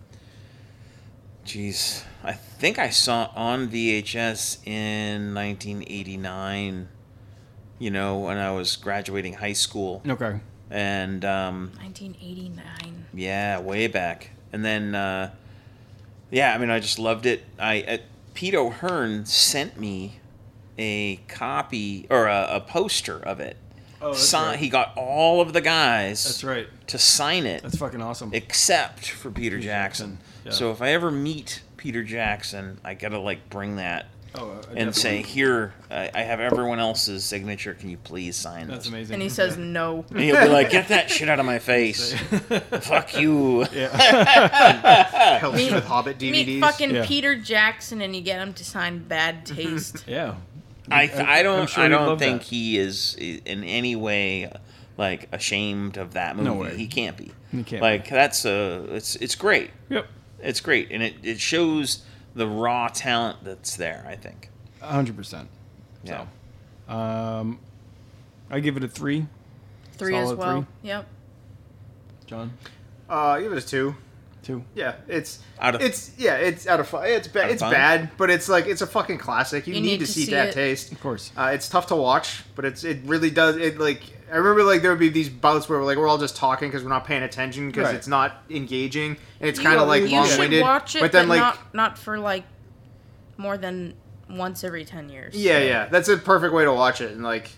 E: geez, I think I saw it on VHS in 1989. You know, when I was graduating high school,
C: Okay.
E: and um,
B: 1989.
E: yeah, way back. And then, uh, yeah, I mean, I just loved it. I uh, Pete O'Hearn sent me a copy or a, a poster of it.
C: Oh, that's
E: Sign-
C: right.
E: He got all of the guys
C: That's right.
E: to sign it
C: That's fucking awesome.
E: except for Peter
C: Peter
E: Jackson.
C: Jackson, yeah.
E: So if I ever meet Peter Jackson, I gotta like bring that
C: Oh, uh,
E: and
C: definitely.
E: say, "Here, I, I have everyone else's signature. Can you please sign
C: That's
E: this?"
C: amazing.
B: And he says no.
E: And he'll be like, "Get that shit out of my face! Fuck you!"
D: Helps
B: Meet-
D: with Hobbit DVDs.
B: Meet fucking
C: Yeah.
B: Peter Jackson and you get him to sign Bad Taste.
C: Yeah.
E: I, th- I
C: I'm
E: don't
C: sure
E: I
C: he'd
E: don't
C: love
E: think
C: that.
E: he is i- in any way like ashamed of that movie.
C: No way.
E: He can't be.
C: He can't
E: like that's a it's it's great.
C: Yep.
E: It's great, and it, it shows the raw talent that's there. I think.
C: hundred percent.
E: Yeah.
C: Um, I give it a three,
B: Three as
C: Solid
B: well. Yep.
C: John.
D: uh, give it a two.
C: Two.
D: Yeah, it's
E: Out of-
D: it's yeah, it's out of five. It's bad.
E: Out of
D: It's
E: five?
D: bad, but it's like it's a fucking classic. You, need, to, see, that
B: it.
D: taste.
C: Of course.
D: Uh, it's tough to watch, but it's it really does it like I remember like there would be these bouts where we're like we're all just talking because we're not paying attention because
C: Right.
D: it's not engaging and it's
B: You-
D: kind of like
B: you
D: long
B: should
D: winded.
B: watch it,
D: But then like
B: not, not for like more than once every ten years.
D: yeah, yeah, that's a perfect way to watch it and like.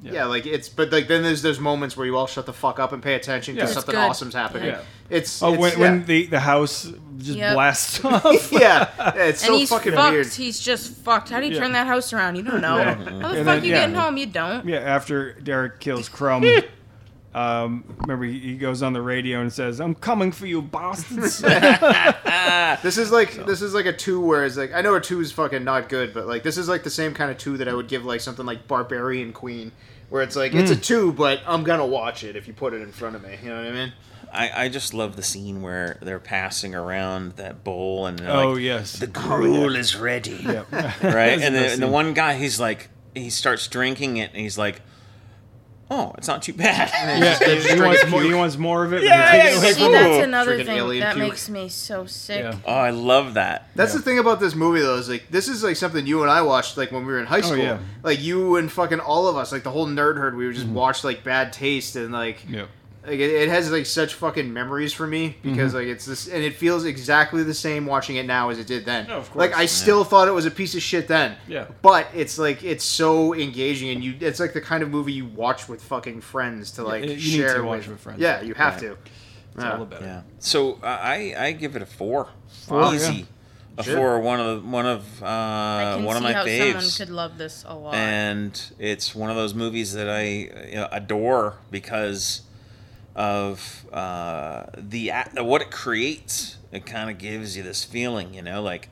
D: Yeah.
C: Yeah.
D: like it's but like then there's those moments where you all shut the fuck up and pay attention
C: Yeah.
D: because
C: It's
D: something
B: good.
D: awesome's happening.
C: Yeah.
D: It's
C: Oh,
D: it's-
C: when,
D: yeah.
C: when the the house just
B: Yep.
C: blasts off.
D: yeah, yeah, it's
B: And
D: so
B: he's
D: fucking
B: fucked.
D: weird.
B: He's just fucked. How do you
C: Yeah.
B: turn that house around? You don't know.
C: Yeah.
B: How the
C: And
B: fuck
C: then-
B: you
C: yeah.
B: getting home? You don't.
C: Yeah, after Derek kills Crumb, um, remember he, he goes on the radio and says, "I'm coming for you, bastards."
D: This is like this is like a two where it's like I know a two is fucking not good, but like this is like the same kind of two that I would give like something like Barbarian Queen, where it's like
C: Mm.
D: it's a two, but I'm gonna watch it if you put it in front of me. You know what I mean?
E: I, I just love the scene where they're passing around that bowl and they're
C: oh
E: like,
C: yes.
E: the gruel is ready,
C: yeah.
E: right?
C: That's
E: and, the, and the
C: messy.
E: one guy, he's like, he starts drinking it, and he's like, "Oh, it's not too bad."
C: Yeah, he, he wants more, he wants more of it.
E: Yeah,
C: Take it
E: yeah,
C: away
E: yeah.
C: from
B: See, that's another
D: Freaking
B: thing
D: alien
B: that
D: puke.
B: makes me so sick.
C: Yeah.
E: Oh, I love that.
D: That's
C: Yeah.
D: the thing about this movie though, is like this is like something you and I watched like when we were in high school.
C: Oh, yeah. Mm-hmm.
D: Like you and fucking all of us, like the whole nerd herd, we would just watch like bad taste and like
C: Yeah.
D: Like it, it has like such fucking memories for me
C: Mm-hmm.
D: because like it's this and it feels exactly the same watching it now as it did then.
C: No, of course.
D: Like I still thought it was a piece of shit then.
C: Yeah.
D: But it's like it's so engaging and you it's like the kind of movie you watch with fucking friends to like
C: you need
D: share
C: to watch with friends.
D: Yeah, you have
E: Right.
D: to.
C: It's
D: Yeah.
C: all about it.
E: Yeah. So uh, I I give it a four.
C: Four,
E: Easy.
C: yeah.
E: A
D: Sure.
E: four. One of one of
B: I
E: uh,
B: can
E: one
B: see
E: of my
B: how someone
E: faves. Eh.
B: could love this a lot.
E: And it's one of those movies that I you know, adore because of uh, the at- what it creates. It kind of gives you this feeling, you know, like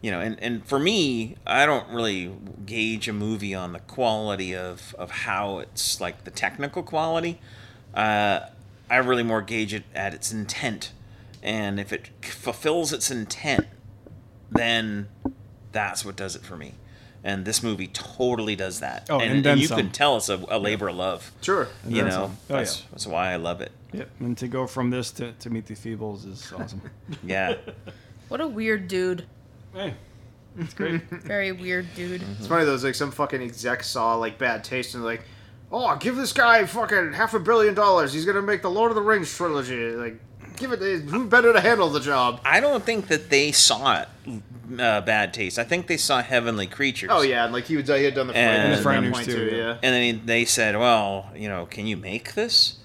E: you know, and, and for me, I don't really gauge a movie on the quality of, of how it's like the technical quality. Uh, I really more gauge it at its intent. And if it c- fulfills its intent, then that's what does it for me. And this movie totally does that.
C: Oh, and then
E: you
C: some.
E: can tell it's a, a labor of love.
D: Sure.
C: And
E: you
C: then
E: know,
C: some. Oh,
E: that's,
C: yeah.
E: that's why I love it.
C: Yep. And to go from this to, to meet the Feebles is awesome.
E: Yeah.
B: what a weird dude.
C: hey, it's great.
B: Very weird dude.
E: Mm-hmm.
D: It's funny those like some fucking exec saw like bad taste and like, oh, give this guy fucking half a billion dollars. He's gonna make the Lord of the Rings trilogy. Like, give it. Who better to handle the job?
E: I don't think that they saw it, uh, Bad Taste. I think they saw Heavenly Creatures.
D: Oh yeah, and like he, was, he had done the
E: And
D: Frighteners
E: the
D: at that
C: Frighteners
D: point
C: too,
D: too.
C: yeah.
D: Yeah.
E: And then he- they said, well, you know, can you make this?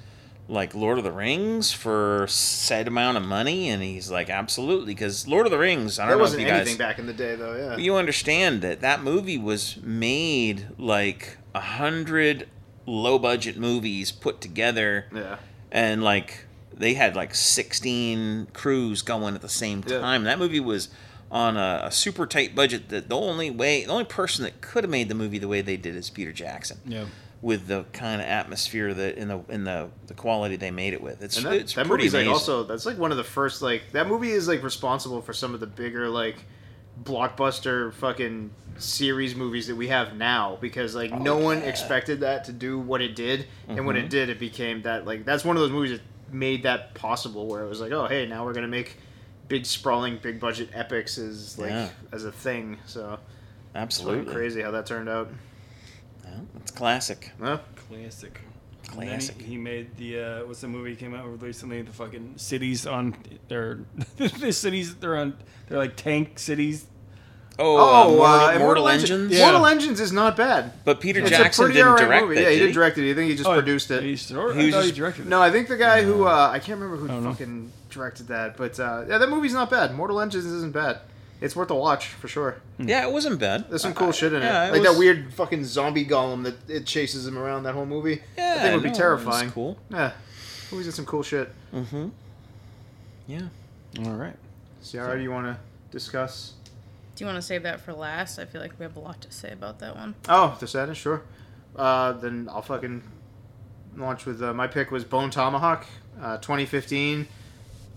E: Like Lord of the Rings for said amount of money? And he's like, absolutely. Because Lord of the Rings, I don't
D: There
E: know
D: wasn't
E: if you
D: anything
E: guys.
D: back in the day though. Yeah.
E: You understand that that movie was made like a hundred low budget movies put together.
D: yeah.
E: and like they had like 16 crews going at the same
D: Yeah.
E: time that movie was on a, a super tight budget that the only way the only person that could have made the movie the way they did is peter jackson
C: Yeah.
E: with the kind of atmosphere that in the in the the quality they made it with it's
D: And that,
E: it's
D: that
E: pretty
D: movie's like
E: amazing
D: also that's like one of the first like that movie is like responsible for some of the bigger like blockbuster fucking series movies that we have now because like
E: Oh,
D: no one expected that to do what it did and when
E: Mm-hmm.
D: it did it became that like that's one of those movies that made that possible where it was like oh hey now we're gonna make big sprawling big budget epics as like
E: Yeah.
D: as a thing so it's really
E: absolutely
D: crazy how that turned out
E: Yeah, it's classic
D: Huh?
C: Classic.
E: classic
C: He, he made the uh, what's the movie came out with recently? The fucking cities on their the cities they're on. They're like tank cities.
E: oh, uh, Mortal, Mortal
D: Engine-
E: engines
C: Yeah.
D: Mortal Engines is not bad.
E: but peter
D: It's a
E: jackson
D: pretty
E: didn't
D: alright
E: direct
D: movie.
E: that
D: yeah, he
E: did
D: didn't
E: he?
D: direct it. I think he just
C: Oh,
D: produced it.
C: He, sure-
E: He was
C: I thought he
E: just-
C: directed it.
D: No, I think the guy who uh, I can't remember who
C: don't know.
D: fucking directed that, but uh, yeah, that movie's not bad. Mortal Engines isn't bad. It's worth a watch for sure.
E: Yeah, it wasn't bad. Uh,
D: There's some cool shit in
E: yeah,
D: it,
E: it
D: like that
E: was-
D: weird fucking zombie golem that it chases him around that whole movie.
E: Yeah,
D: that thing would be
E: no, it was
D: terrifying.
E: cool.
D: Yeah, movies did some cool shit.
E: Yeah.
C: All right.
D: Ciara, do you want to discuss?
B: Do you want to save that for last? I feel like we have a lot to say about that one.
D: Oh, the sadness, sure. Uh, then I'll fucking launch with uh, my pick was Bone Tomahawk, uh, 2015.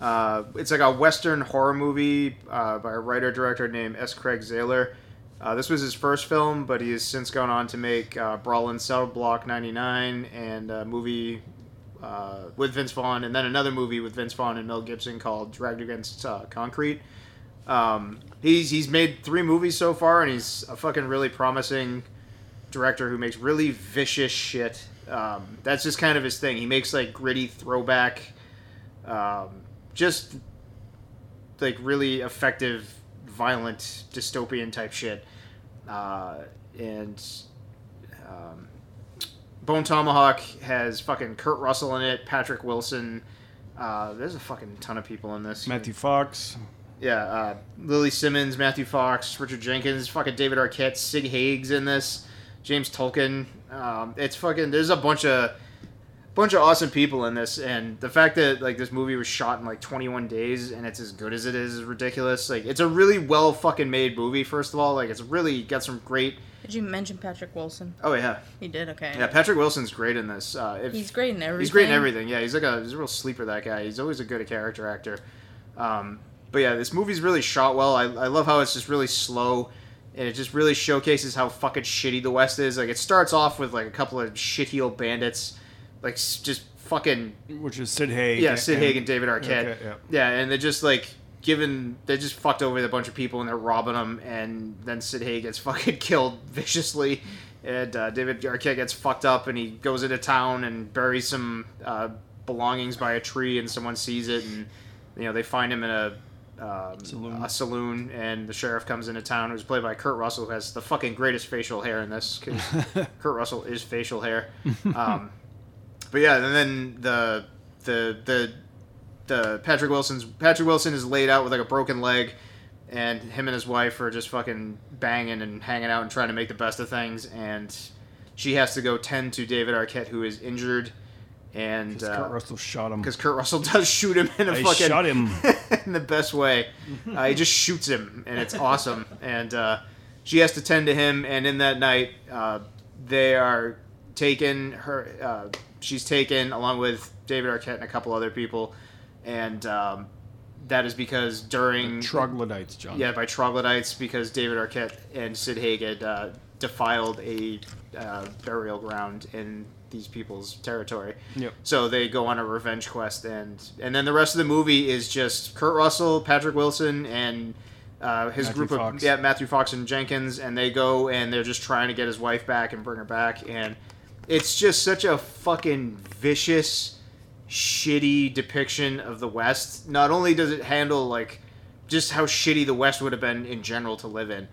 D: Uh, it's like a Western horror movie uh, by a writer director named S. Craig Zahler. Uh, this was his first film, but he has since gone on to make uh, Brawl in Cell Block 99 and a movie uh, with Vince Vaughn, and then another movie with Vince Vaughn and Mel Gibson called Dragged Against uh, Concrete. Um, he's he's made three movies so far, and he's a fucking really promising director who makes really vicious shit. Um, that's just kind of his thing. He makes like gritty throwback, um, just like really effective, violent, dystopian type shit. Uh, and um, Bone Tomahawk has fucking Kurt Russell in it, Patrick Wilson. Uh, there's a fucking ton of people in this.
C: Matthew Fox.
D: Yeah, uh, Lily Simmons, Matthew Fox, Richard Jenkins, fucking David Arquette, Sig Haig's in this, James Tolkien. Um, it's fucking. There's a bunch of bunch of awesome people in this, and the fact that like this movie was shot in like 21 days and it's as good as it is is ridiculous. Like, it's a really well fucking made movie. First of all, like it's really got some great.
B: Did you mention Patrick Wilson?
D: Oh yeah,
B: He did, okay.
D: yeah. Patrick Wilson's great in this. Uh, if,
B: He's great in everything.
D: He's great in everything. Yeah, he's like a he's a real sleeper. That guy. He's always a good character actor. Um, but yeah, this movie's really shot well. I, I love how it's just really slow, and it just really showcases how fucking shitty the West is. Like it starts off with like a couple of shitheel bandits, like s- just fucking
C: which is Sid Haig.
D: yeah, Sid Haig and David Arquette.
C: Okay, yeah.
D: yeah. and they're just like given they just fucked over a bunch of people and they're robbing them, and then Sid Haig gets fucking killed viciously, and uh, David Arquette gets fucked up, and he goes into town and buries some uh, belongings by a tree, and someone sees it, and you know they find him in a. Um,
C: Saloon.
D: A saloon, and the sheriff comes into town. Who's played by Kurt Russell, who has the fucking greatest facial hair in this. 'cause Kurt Russell is facial hair. Um, but yeah, and then the the the the Patrick Wilson's Patrick Wilson is laid out with like a broken leg, and him and his wife are just fucking banging and hanging out and trying to make the best of things, and she has to go tend to David Arquette who is injured, and
C: Because Kurt Russell shot him.
D: because Kurt Russell does shoot him in a
C: I
D: fucking
C: shot him.
D: in the best way. Uh, he just shoots him, and it's awesome. And uh, she has to tend to him. And in that night, uh, they are taken. Her, uh, she's taken along with David Arquette and a couple other people. And um, that is because during
C: Troglodytes, John.
D: yeah, by troglodytes because David Arquette and Sid Haig had uh, defiled a uh, burial ground in these people's territory.
C: Yep.
D: So they go on a revenge quest, and and then the rest of the movie is just Kurt Russell, Patrick Wilson, and uh, his
C: Matthew
D: group of
C: Fox.
D: yeah Matthew Fox and Jenkins, and they go and they're just trying to get his wife back and bring her back, and it's just such a fucking vicious shitty depiction of the West. Not only does it handle like just how shitty the West would have been in general to live in,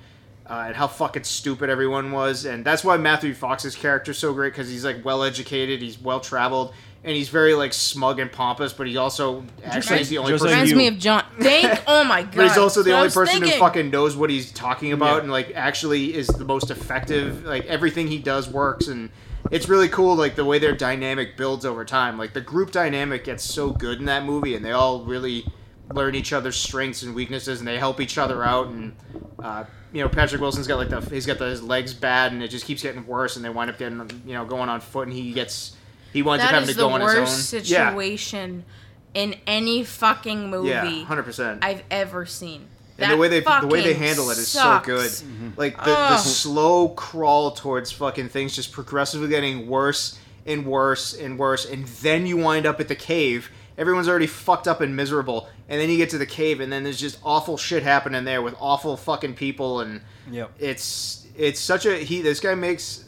D: uh, and how fucking stupid everyone was, and that's why Matthew Fox's character's so great because he's like well educated, he's well traveled, and he's very like smug and pompous, but he also actually is the only
C: just
D: person.
C: like
B: Reminds
C: you.
B: me of John. Thank. Oh my god.
D: but he's also the
B: That's what I
D: only
B: was
D: person who
B: thinking.
D: fucking knows what he's talking about and like actually is the most effective. Like everything he does works, and it's really cool. Like the way their dynamic builds over time. Like the group dynamic gets so good in that movie, and they all really learn each other's strengths and weaknesses, and they help each other out. And uh, you know, Patrick Wilson's got like the he's got the, his legs bad, and it just keeps getting worse, and they wind up getting you know going on foot, and he gets he winds up
B: That
D: having
B: is
D: to
B: the
D: go on his own.
B: worst
D: yeah,
B: situation in any fucking movie
D: yeah, hundred percent.
B: I've ever seen.
D: and the
B: That
D: way they the way they
B: fucking
D: handle it is
B: sucks.
D: so good. Like the, the
B: Ugh.
D: slow crawl towards fucking things just progressively getting worse and worse and worse, and then you wind up at the cave. Everyone's already fucked up and miserable, and then you get to the cave, and then there's just awful shit happening there with awful fucking people, and
C: Yep.
D: it's it's such a he. This guy makes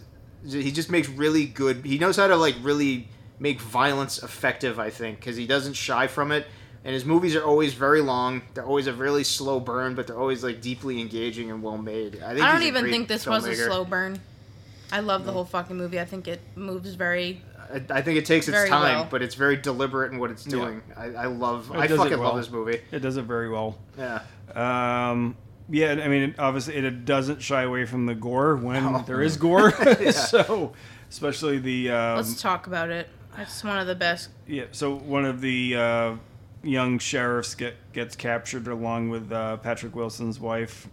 D: he just makes really good. He knows how to like really make violence effective. I think because he doesn't shy from it, and his movies are always very long. They're always a really slow burn, but they're always like deeply engaging and well made. I think he's
B: I don't
D: a
B: even
D: great
B: think this was a
D: filmmaker.
B: slow burn. I love the whole fucking movie. I think it moves very.
D: I, I think it takes its
B: Very
D: time,
B: well.
D: but it's very deliberate in what it's doing. I, I love.
C: It
D: I
C: does it
D: fucking
C: well.
D: love this movie.
C: It does it very well.
D: Yeah.
C: Um, yeah, I mean, it, obviously, it doesn't shy away from the gore when
D: Oh.
C: there is gore. so, especially the um,
B: Let's talk about it. That's one of the best.
C: yeah. So one of the uh, young sheriffs get, gets captured along with uh, Patrick Wilson's wife,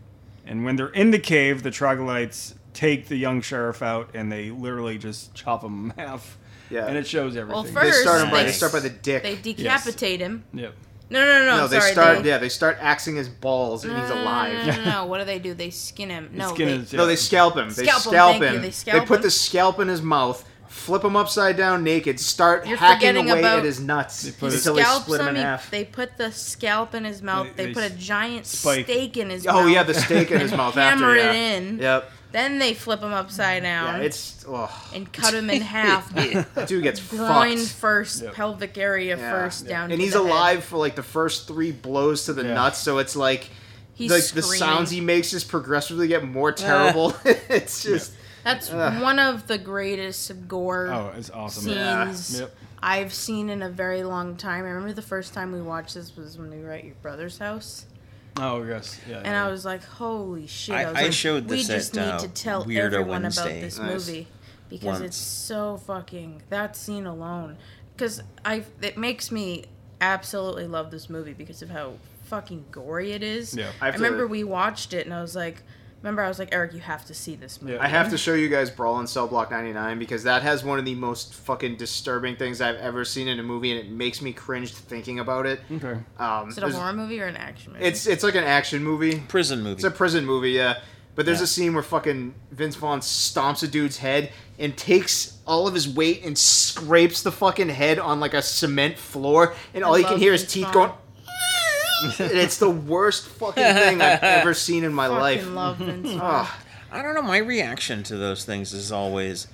C: and when they're in the cave, the troglodytes take the young sheriff out and they literally just chop him in half.
D: Yeah.
C: and it shows everything.
B: Well,
D: They
B: First,
D: start, 'em by,
B: they-
D: they start by the dick.
B: They decapitate him.
C: Yep.
B: No, no, no.
D: no,
B: I'm
D: they
B: sorry,
D: start.
B: They, Mm.
D: Yeah, they start axing his balls, and he's
B: No, no,
D: alive.
B: No, no, no, no, What do they do? They skin him. No,
C: Skin
B: they-
C: is-
D: No, they scalp him. They
B: Scalp
D: scalp,
B: him, thank you,
D: him.
B: they
D: They,
B: scalp
D: put
B: him.
D: the scalp in his mouth, flip him upside down naked, start
B: You're
D: hacking
B: forgetting
D: away
B: about-
D: at his nuts
C: put
D: until
B: he
D: they
B: scalps
D: split him
B: him.
D: in
B: he-
D: half.
B: They put the scalp in his mouth. They,
C: They- they
B: put a
C: s-
B: giant
C: spike.
B: stake in his mouth.
D: oh yeah, the steak in his mouth after.
B: hammer it
D: yeah.
B: in.
D: Yep.
B: Then they flip him upside
D: Yeah,
B: down
D: it's oh,
B: and cut him in half.
D: that dude gets
B: Groin
D: fucked.
B: first,
C: Yep.
B: pelvic area
D: Yeah.
B: first, down.
D: and
B: to
D: he's
B: the head.
D: alive for like the first three blows to the
C: Yeah.
D: nuts. So it's like.
B: He's
D: like the
B: screaming.
D: sounds he makes just progressively get more terrible. it's just
B: That's one of the greatest gore
C: Oh, it's awesome.
B: scenes
C: Yep.
B: I've seen in a very long time. I remember the first time we watched this was when we were at your brother's house,
C: Oh yes. Yeah.
B: and I was like, "Holy shit!"
E: Um, I-
B: was
E: I
B: like,
E: showed
B: We
E: this
B: just
E: at, uh,
B: need to tell
E: Weirdo
B: everyone
E: Wednesday
B: about this
D: Nice.
B: movie because
E: Once.
B: it's so fucking that scene alone. Because I, it makes me absolutely love this movie because of how fucking gory it is.
C: Yeah.
D: I
B: I,
D: have to-
B: remember we watched it and I was like, "Remember, I was like, Eric, you have to see this movie."
C: Yeah.
D: I have to show you guys Brawl in Cell Block 99 because that has one of the most fucking disturbing things I've ever seen in a movie, and it makes me cringe thinking about it.
C: okay.
D: Um,
B: Is it a
D: there's-
B: horror movie or an action movie?
D: It's it's like an action movie.
E: Prison movie.
D: It's a prison movie, yeah. But there's
E: Yeah.
D: a scene where fucking Vince Vaughn stomps a dude's head and takes all of his weight and scrapes the fucking head on like a cement floor, and all you can
B: love
D: hear is
B: Vince
D: teeth
B: Vaughn.
D: going. and it's the worst fucking thing I've ever seen in my
B: fucking
D: life.
B: love Vince Vaughn.
D: Ugh.
E: I don't know. My reaction to those things is always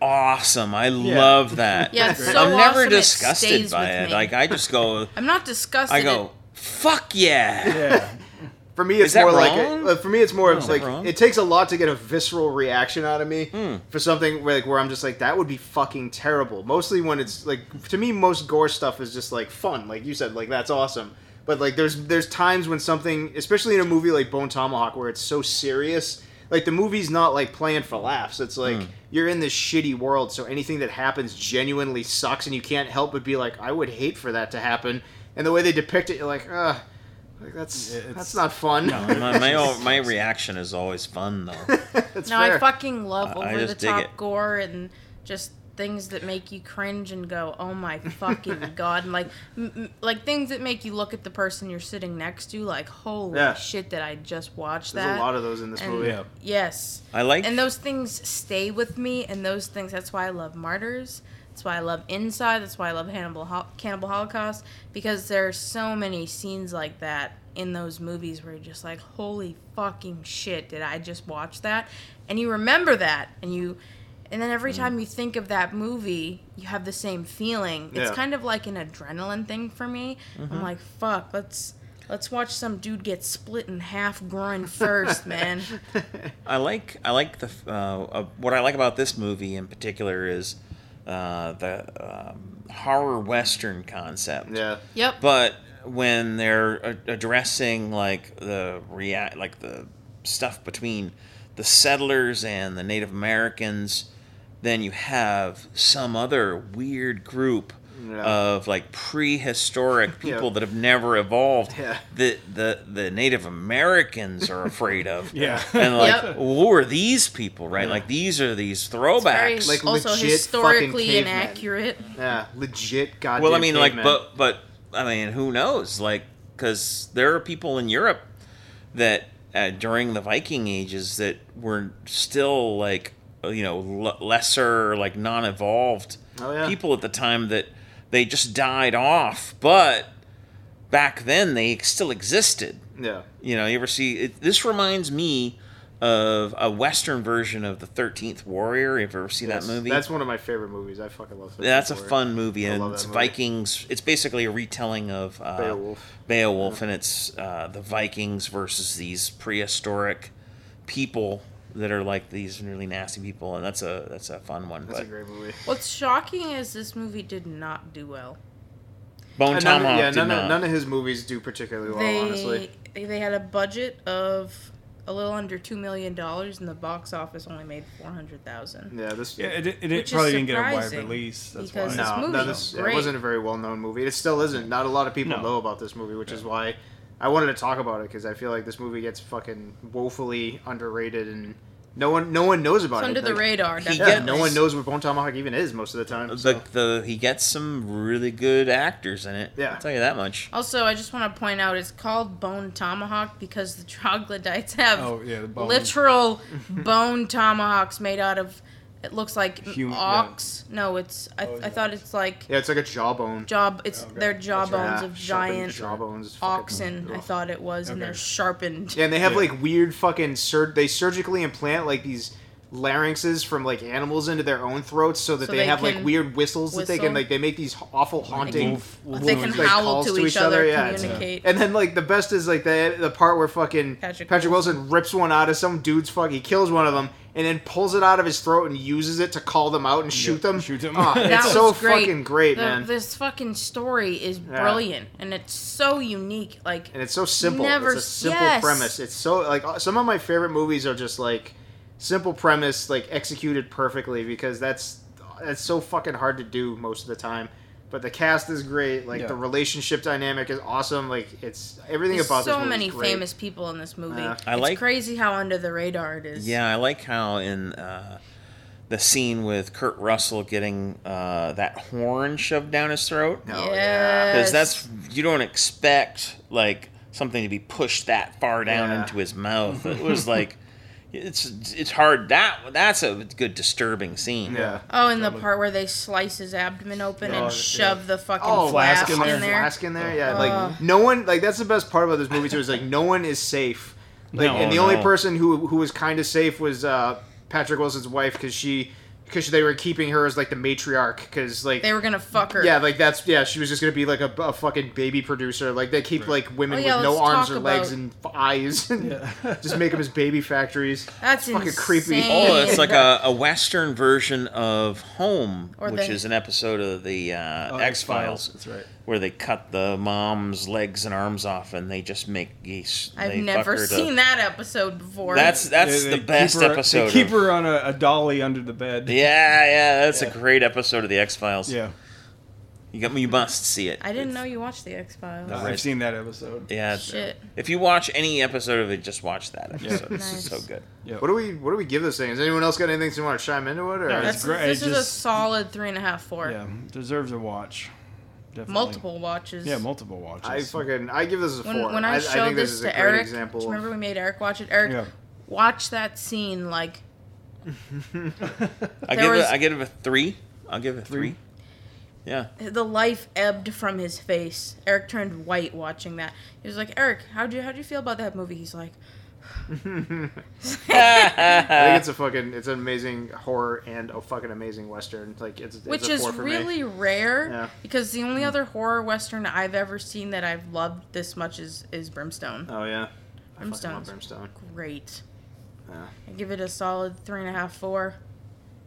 E: awesome. I
C: Yeah.
E: love that.
B: Yeah, it's so
E: I'm never
B: awesome, it
E: disgusted
B: stays
E: by
B: with
E: it.
B: me.
E: Like I just go,
B: I'm not disgusted.
E: I go, fuck yeah.
C: Yeah.
D: For me, it's
E: that
D: more like
E: wrong?
D: uh, for me, it's more of
E: Is that
D: like
E: wrong? Hmm.
D: it takes a lot to get a visceral reaction out of me for something where, like where I'm just like that would be fucking terrible. Mostly when it's like to me, most gore stuff is just like fun, like you said, like that's awesome. But like there's there's times when something, especially in a movie like Bone Tomahawk, where it's so serious. Like the movie's not like playing for laughs. It's
E: Hmm.
D: like you're in this shitty world, so anything that happens genuinely sucks, and you can't help but be like, I would hate for that to happen. And the way they depict it, you're like, ugh, like that's
C: it's-
D: that's not fun.
E: Oh, my, my my reaction is always fun though.
D: That's
B: No,
D: fair.
B: I fucking love
E: I- I
B: over the
E: just dig
B: top
E: it.
B: gore and just things that make you cringe and go, "Oh my fucking god!" And like, m- m- like things that make you look at the person you're sitting next to, like, "Holy
D: Yeah.
B: shit!" That I just watched
D: There's
B: that.
D: a lot of Oh, those in this
B: and-
D: movie.
C: Yeah.
B: yes,
E: I like
B: and those things stay with me, and those things. That's why I love Martyrs. That's why I love Inside. That's why I love Hannibal Hol- Cannibal Holocaust because there are so many scenes like that in those movies where you're just like, holy fucking shit, did I just watch that? And you remember that, and you, and then every time you think of that movie, you have the same feeling. It's
D: Yeah.
B: kind of like an adrenaline thing for me. I'm like, fuck, let's. Let's watch some dude get split in half groin first, man.
E: I like I like the uh, uh, what I like about this movie in particular is uh, the um, horror western concept.
D: Yeah.
B: Yep.
E: But when they're a- addressing like the react like the stuff between the settlers and the Native Americans, then you have some other weird group
D: Yeah.
E: of like prehistoric people
D: Yeah.
E: that have never evolved
D: Yeah.
E: that the the Native Americans are afraid of.
C: Yeah.
E: And like,
B: Yep.
E: who are these people, right? Like, these are these throwbacks.
D: Like
B: also
D: legit
B: historically
D: fucking cavemen.
B: inaccurate.
D: Yeah. Legit goddamn.
E: well, I mean, like,
D: cavemen.
E: but, but, I mean, who knows? Like, because there are people in Europe that uh, during the Viking ages that were still like, uh, you know, l- lesser, like, non evolved
D: Oh, yeah.
E: people at the time that they just died off. But back then, they still existed.
D: yeah.
E: You know, you ever see it, this reminds me of a western version of the Thirteenth Warrior. If you ever see
D: Yes.
E: that movie,
D: That's one of my favorite movies. I fucking love. Thirteen
E: that's a
D: Warrior.
E: fun movie,
D: I
E: and
D: love
E: it's
D: that movie.
E: Vikings. It's basically a retelling of uh,
D: Beowulf.
E: Beowulf, and it's uh, the Vikings versus these prehistoric people that are like these really nasty people, and that's a that's a fun one.
D: That's
E: but
D: a great movie.
B: What's shocking is this movie did not do well.
E: Bone
D: And none,
E: Tomahawk
D: yeah,
E: did
D: none,
E: not.
D: of, none of his movies do particularly well,
B: they,
D: honestly.
B: they they had a budget of a little under two million dollars, and the box office only made four hundred thousand.
D: Yeah, this.
C: Yeah, it, it,
B: Which
C: it
B: is
C: probably didn't get a wide
B: surprising,
C: release. That's
B: because
C: why.
B: this
D: no,
B: movie
D: no,
B: was
D: this it
B: great.
D: wasn't a very well-known movie. It still isn't. Not a lot of people
C: No.
D: know about this movie, which is why I wanted to talk about it because I feel like this movie gets fucking woefully underrated and no one no one knows about
B: It's
D: it.
B: under the
D: Like,
B: radar.
E: He
B: Definitely.
D: Yeah,
E: got-
D: no one knows what Bone Tomahawk even is most of the time. so-
E: But the he gets some really good actors in it.
D: Yeah.
E: I'll tell you that much.
B: Also, I just want to point out it's called Bone Tomahawk because the troglodytes have
C: Oh, yeah, the bone.
B: literal bone tomahawks made out of. It looks like
C: Human- yeah.
B: ox. No, it's. I, I thought it's like
D: Oh, yeah, it's like a jawbone.
B: job. It's their jawbones
D: Yeah,
B: of
D: sharpened
B: giant
D: jawbones. It's fucking-
B: oxen. I
D: ugh.
B: thought it was, and they're
C: Okay.
B: sharpened.
D: Yeah, and they have
C: Yeah.
D: like weird fucking sur- they surgically implant like these larynxes from like animals into their own throats so that
B: So
D: they,
B: they
D: have like
B: can
D: weird whistles that they can
B: whistle?
D: like they make these awful haunting
C: wolf- wolf
B: they can
C: noises.
D: like,
B: howl
D: calls
B: to each other,
D: it's-
B: communicate.
D: And then like the best is like the the part where fucking
B: Patrick
D: Patrick, Wilson rips one out of some dude's fuck. He kills one of them and then pulls it out of his throat and uses it to call them out and shoot them.
C: shoot them.
D: Ah,
B: That
D: it's
B: was
D: so
B: great.
D: fucking great,
B: The-
D: man.
B: This fucking story is brilliant, and it's so unique. Like
D: and it's so simple.
B: Never-
D: it's a simple
B: yes.
D: premise. It's so like uh, some of my favorite movies are just like simple premise, like executed perfectly because that's that's so fucking hard to do most of the time. But the cast is great. Like
C: Yeah.
D: the relationship dynamic is awesome. Like it's everything
B: There's
D: about this
B: so
D: movie is
B: many
D: great.
B: famous people in this movie.
D: Yeah.
E: I
B: it's
E: like-
B: crazy how under the radar it is.
E: Yeah, I like how in uh, the scene with Kurt Russell getting uh, that horn shoved down his throat.
D: No,
E: Because
B: Yes.
E: that's you don't expect like something to be pushed that far down
D: Yeah.
E: into his mouth. It was like it's it's hard that that's a good disturbing scene.
D: Yeah.
B: Oh, and the part where they slice his abdomen open
D: Oh,
B: and shove the fucking
D: Oh,
B: flask,
C: flask in
B: in there.
C: there.
D: Flask in there, yeah.
B: Ugh.
D: Like no one, like that's the best part about this movie too. Is like no one is safe. Like,
E: No,
D: and the only
E: no.
D: person who who was kind of safe was uh, Patrick Wilson's wife because she because they were keeping her as like the matriarch because like
B: They were gonna fuck her.
D: yeah like that's yeah she was just gonna be like a, a fucking baby producer like they keep like women
B: Oh, yeah,
D: with no
B: let's
D: arms
B: talk
D: or legs
B: about-
D: and f- eyes and just make them as baby factories.
B: that's
D: It's fucking
B: insane.
D: creepy.
E: Oh, it's like a, a Western version of Home,
B: Or
E: which
B: the-
E: is an episode of the uh,
C: Oh,
E: X Files,
C: That's right.
E: where they cut the mom's legs and arms off, and they just make geese.
B: I've
E: they
B: never
E: fuck her to-
B: seen that episode before.
E: That's that's
C: They- they
E: the best
C: keep her,
E: episode.
C: They keep
E: of-
C: her on a, a dolly under the bed.
E: yeah, yeah, that's a
C: Yeah.
E: great episode of the X Files.
C: Yeah,
E: you got you must see it.
B: I didn't know you watched the X Files.
C: I've
E: right.
C: seen that episode.
E: Yeah,
B: Shit.
E: if you watch any episode of it, just watch that episode.
B: Nice.
E: This is so good.
C: Yeah.
D: What do we what do we give this thing? Has anyone else got anything you want to chime into it or?
C: No,
B: That's,
C: It's great,
B: This
C: it
B: is a
C: just-
B: solid three and a half, four.
C: Yeah, deserves a watch. Definitely.
B: Multiple watches.
C: Yeah, multiple watches.
D: I fucking I give this a
B: When,
D: four.
B: when I showed
D: think
B: this,
D: is a
B: to
D: great
B: Eric,
D: example
B: do you
D: of-
B: remember we made Eric watch it? Eric,
C: Yeah.
B: watch that scene like
E: I
B: There
E: give
B: was-
E: it. I give it a three. I'll give it a three. Yeah,
B: the life ebbed from his face. Eric turned white watching that. He was like, "Eric, how do you how do you feel about that movie?" He's like,
D: I
B: Uh,
D: think it's a fucking it's an amazing horror and a fucking amazing western. Like it's, it's
B: which
D: a
B: is
D: four for me.
B: really rare
D: Yeah. Mm.
B: because the only other horror western I've ever seen that I've loved this much is is Brimstone.
D: Oh yeah, I fucking
B: Brimstone's
D: love Brimstone.
B: Great.
D: Yeah.
B: I give it a solid three and a half, four.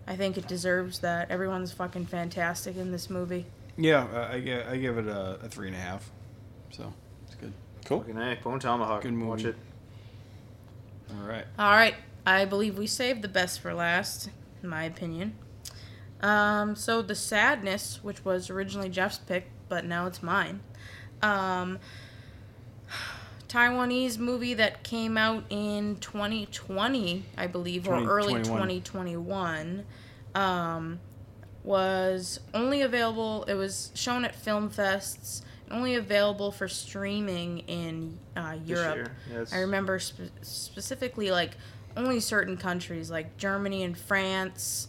B: I think it deserves that. Everyone's fucking fantastic in this movie.
C: yeah, uh, I give I give it a, a three and a half. So it's good.
E: cool.
D: Fucking A, Bone Tomahawk.
C: Good movie.
D: Watch it.
C: All right.
B: All right, I believe we saved the best for last, in my opinion. Um, so the sadness, which was originally Jeff's pick, but now it's mine. Um, Taiwanese movie that came out in 2020, I believe, or early
C: 2021.
B: 2021, um, was only available. It was shown at film fests, only available for streaming in uh,
D: This
B: Europe.
D: year. Yeah, it's-
B: I remember sp- specifically like only certain countries like Germany and France,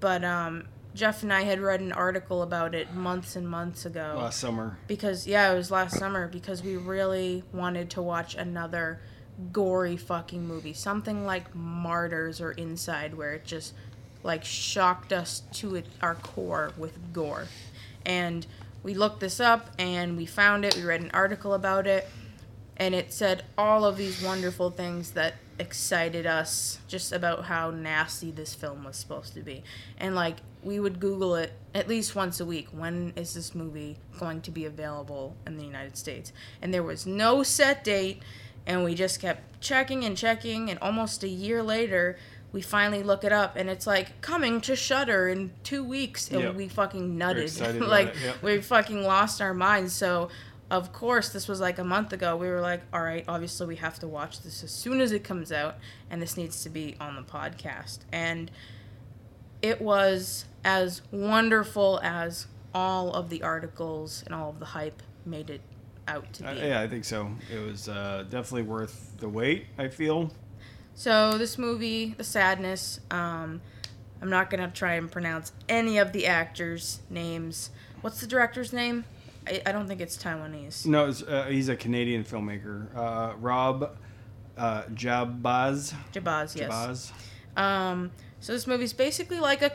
B: but um, Jeff and I had read an article about it months and months ago
C: Last summer.
B: because yeah, it was last summer because we really wanted to watch another gory fucking movie, something like Martyrs or Inside, where it just like shocked us to it, our core with gore. And we looked this up and we found it. We read an article about it. and it said all of these wonderful things that excited us just about how nasty this film was supposed to be. And like we would Google it at least once a week. When is this movie going to be available in the United States? And there was no set date, and we just kept checking and checking. And almost a year later, we finally look it up, and it's like coming to Shutter in two weeks, and
C: Yep.
B: we fucking
C: We're excited
B: nutted.
C: about
B: like
C: it, yep.
B: we fucking lost our minds. So. Of course, this was like a month ago. We were like, all right, obviously, we have to watch this as soon as it comes out, and this needs to be on the podcast. And it was as wonderful as all of the articles and all of the hype made it out to be.
C: Uh, yeah, I think so. It was uh, definitely worth the wait. I feel.
B: So this movie, The Sadness, um, I'm not gonna try and pronounce any of the actors' names. What's the director's name? I, I don't think it's Taiwanese.
C: No, it's, uh, he's a Canadian filmmaker, uh, Rob uh, Jabaz.
B: Jabaz, yes.
C: Jabaz.
B: Um, so this movie's basically like a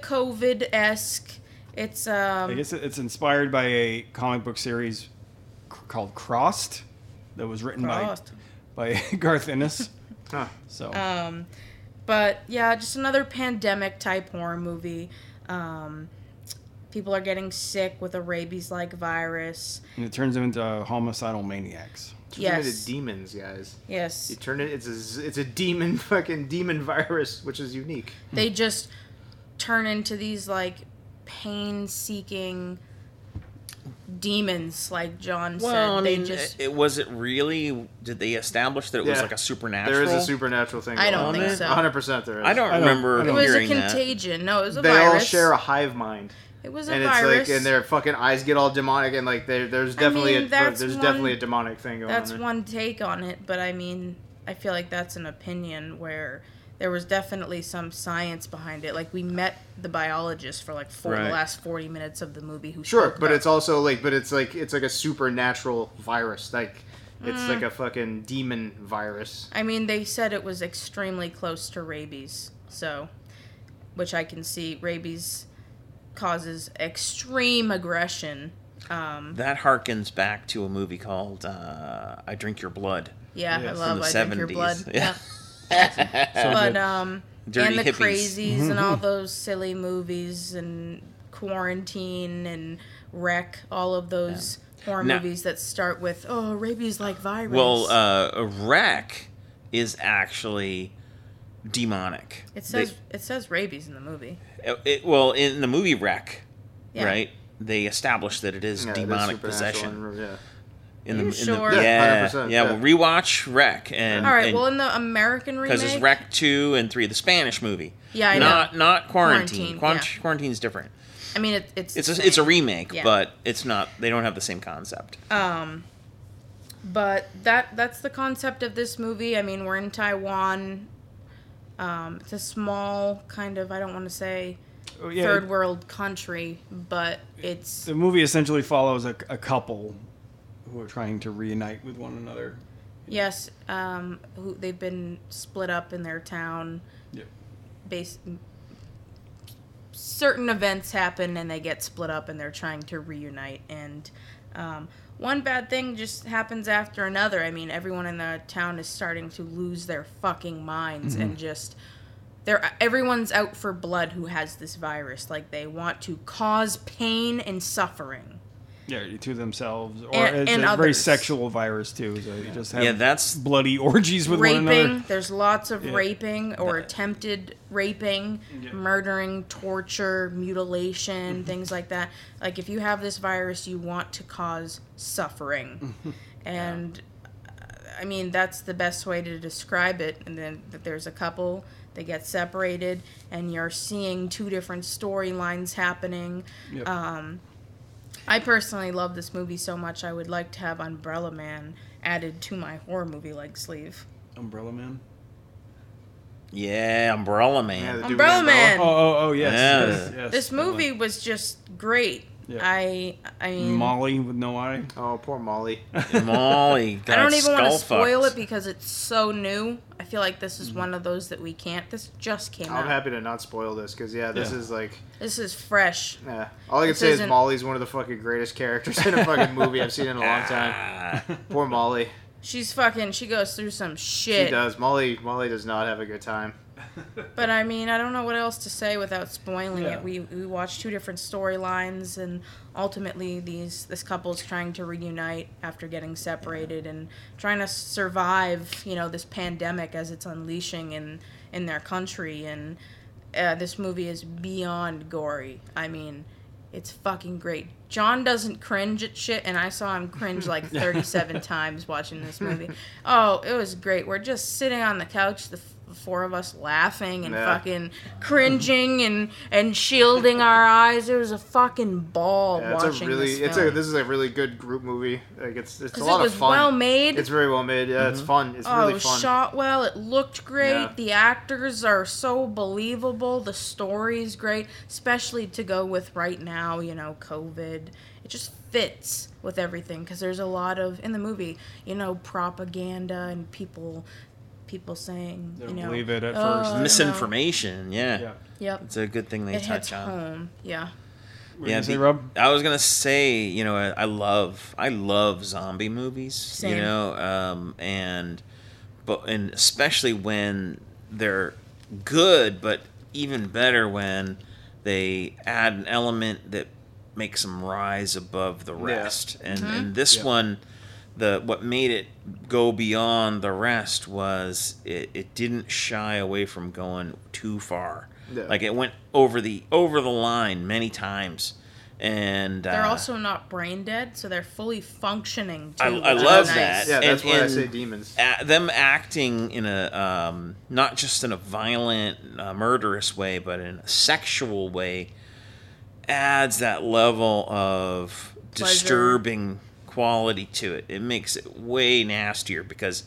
B: COVID-esque. It's um,
C: I guess it- it's inspired by a comic book series c- called Crossed that was written
B: Crossed.
C: by by Garth Ennis.
D: Huh.
C: So
B: Um, but yeah, just another pandemic type horror movie. Um, people are getting sick with a rabies like virus.
C: and it turns him into homicidal maniacs.
D: Turn into
B: Yes.
D: demons, guys. You
B: Yes.
D: turn it. It's a z- it's a demon fucking demon virus, which is unique.
B: They just turn into these like pain seeking demons, like John
E: Well,
B: said.
E: I
B: They
E: mean,
B: just.
E: it, was it really? Did they establish that it was
D: Yeah.
E: like a supernatural?
D: There is a supernatural thing.
B: I don't
E: think so.
D: 100 percent there is.
E: I don't
C: I don't-
E: remember
C: I don't-
B: It was a
E: hearing that.
B: contagion. No, it was a
D: They
B: virus.
D: all share a hive mind,
B: it was a
D: and it's
B: virus.
D: like, and their fucking eyes get all demonic, and like there, there's definitely
B: mean,
D: a,
B: that's
D: there's
B: one-
D: definitely a demonic thing going
B: That's
D: on. there.
B: one take on it, but I mean, I feel like that's an opinion where there was definitely some science behind it. Like we met the biologist for like four, the
E: Right.
B: last forty minutes of the movie. Who
D: Sure,
B: spoke
D: but
B: up.
D: it's also like, but it's like it's like a supernatural virus, like it's like
B: Mm.
D: a fucking demon virus.
B: I mean, they said it was extremely close to rabies, so which I can see rabies causes extreme aggression. Um,
E: That harkens back to a movie called uh, "I Drink Your Blood"
B: yeah,
C: Yeah,
B: I
C: from
B: love.
E: the
B: I drink your blood.
E: 70s.
B: Yeah.
C: So
B: but
C: good.
B: um
E: Dirty
B: and the
E: hippies. Mm-hmm.
B: crazies and all those silly movies and quarantine and wreck all of those horror
E: Now-
B: movies that start with oh rabies like virus
E: Well, uh, Rack is actually demonic.
B: it says it says rabies in the movie
E: They- it- well in the movie Rack,
B: yeah.
E: right? They establish that it is
D: Yeah, it is
E: demonic
D: supernatural
E: possession.
D: and- yeah.
E: in the,
B: You
E: in the-
B: sure? Yeah,
E: yeah, yeah,
D: 100%, yeah.
E: Well, rewatch Wreck and
B: all right well in the american remake
E: because it's Wreck two and three, the Spanish movie.
B: Yeah, I know.
E: not not
B: Quarantine,
E: quarantine. Quar-
B: yeah.
E: Quarantine's different.
B: i mean it, it's
E: It's
B: the
E: a, it's a
B: same.
E: remake,
B: Yeah. Uh,
E: but it's not. They don't have the same concept.
B: but that that's the concept of this movie. I mean, we're in Taiwan. Um, it's a small kind of I don't want to say
C: Oh, yeah,
B: uh, third world country, but it's
C: the movie essentially follows a, a couple who are trying to reunite with one another.
B: yes, um, who they've been split up in their town.
C: Yep.
B: Based, certain events happen and they get split up and they're trying to reunite and um, one bad thing just happens after another i mean everyone in the town is starting to lose their fucking minds and just they're everyone's out for blood who has this virus like they want to cause pain and suffering
C: Yeah, to themselves, or
B: And-
C: it's
B: and
C: a very
B: others.
C: sexual virus too. So you just have
E: yeah, that's
C: bloody orgies with one another.
B: raping there's lots of
C: Yeah.
B: raping or attempted raping murdering torture
C: Mm-hmm.
B: mutilation things like that like if you have this virus you want to cause suffering and uh, i mean that's the best way to describe it and then that there's a couple they get separated and you're seeing two different storylines happening
C: Yep.
B: uh, I personally love this movie so much I would like to have Umbrella Man added to my horror movie like sleeve.
C: Umbrella Man.
E: yeah, Umbrella
D: Yeah,
E: Man.
D: the dude with
B: Umbrella
D: the
B: Man.
C: Oh, oh, oh, yes,
E: Yeah.
C: yes, yes.
B: This movie was just great.
C: Yeah.
B: I I mean
C: Molly with no eye.
D: Oh, poor Molly.
E: Molly
B: I
E: got
B: don't even want to
E: skull
B: spoil
E: fucked.
B: it because it's so new. I feel like this is one of those that we can't. This just came
D: I'm
B: out.
D: happy to not spoil this because yeah, this
C: Yeah.
D: is like
B: This is fresh.
D: yeah. All I can
B: This
D: say is
B: isn't-
D: Molly's one of the fucking greatest characters in a fucking movie I've seen in a long time.
E: Ah,
D: Poor Molly.
B: She's fucking. She goes through some shit.
D: She does. Molly Molly does not have a good time.
B: But I mean, I don't know what else to say without spoiling
C: Yeah.
B: it. We we watched two different storylines, and ultimately, these this couple's trying to reunite after getting separated and trying to survive. You know, this pandemic as it's unleashing in in their country, and uh, this movie is beyond gory. I mean. It's fucking great. John doesn't cringe at shit, and I saw him cringe like 37 times watching this movie. Oh, it was great. We're just sitting on the couch, the f- four of us laughing and
D: Yeah.
B: fucking cringing and and shielding our eyes. It was a fucking ball
D: Yeah,
B: watching
D: it's a really
B: this
D: it's
B: film.
D: a this is a really good group movie. Like it's it's a
B: 'Cause
D: lot
B: it was
D: of fun.
B: well made.
D: It's very well made. Yeah, it's fun. It's
B: oh, it
D: really
B: was
D: fun.
B: shot well. It looked great.
D: Yeah.
B: The actors are so believable. The story's great, especially to go with right now, you know, COVID. It just fits with everything because there's a lot of in the movie, you know, propaganda and people people saying,
C: Don't
B: you know,
C: believe it at
B: "Oh,
C: first.
B: no."
E: Misinformation, yeah.
C: Yeah.
B: Yep.
E: It's a good thing they
B: It hits
E: touch on.
B: home. Yeah.
C: What yeah,
E: the-
C: say, Rob?
E: I was gonna say, you know, I, I love, I love zombie movies.
B: Same.
E: You know, um, and but and especially when they're good, but even better when they add an element that makes them rise above the rest. And and this
C: Yeah.
E: one, the what made it go beyond the rest was it, it didn't shy away from going too far.
D: Yeah.
E: Like it went over the over the line many times, and
B: They're
E: uh,
B: also not brain dead, so they're fully functioning. Too,
E: I- I
B: which is
E: love
B: nice.
E: that.
D: yeah, that's
E: and-
D: why I
E: and-
D: say demons.
E: a- them acting in a um, not just in a violent, uh, murderous way, but in a sexual way, adds that level of
B: Pleasure.
E: disturbing quality to it. It makes it way nastier because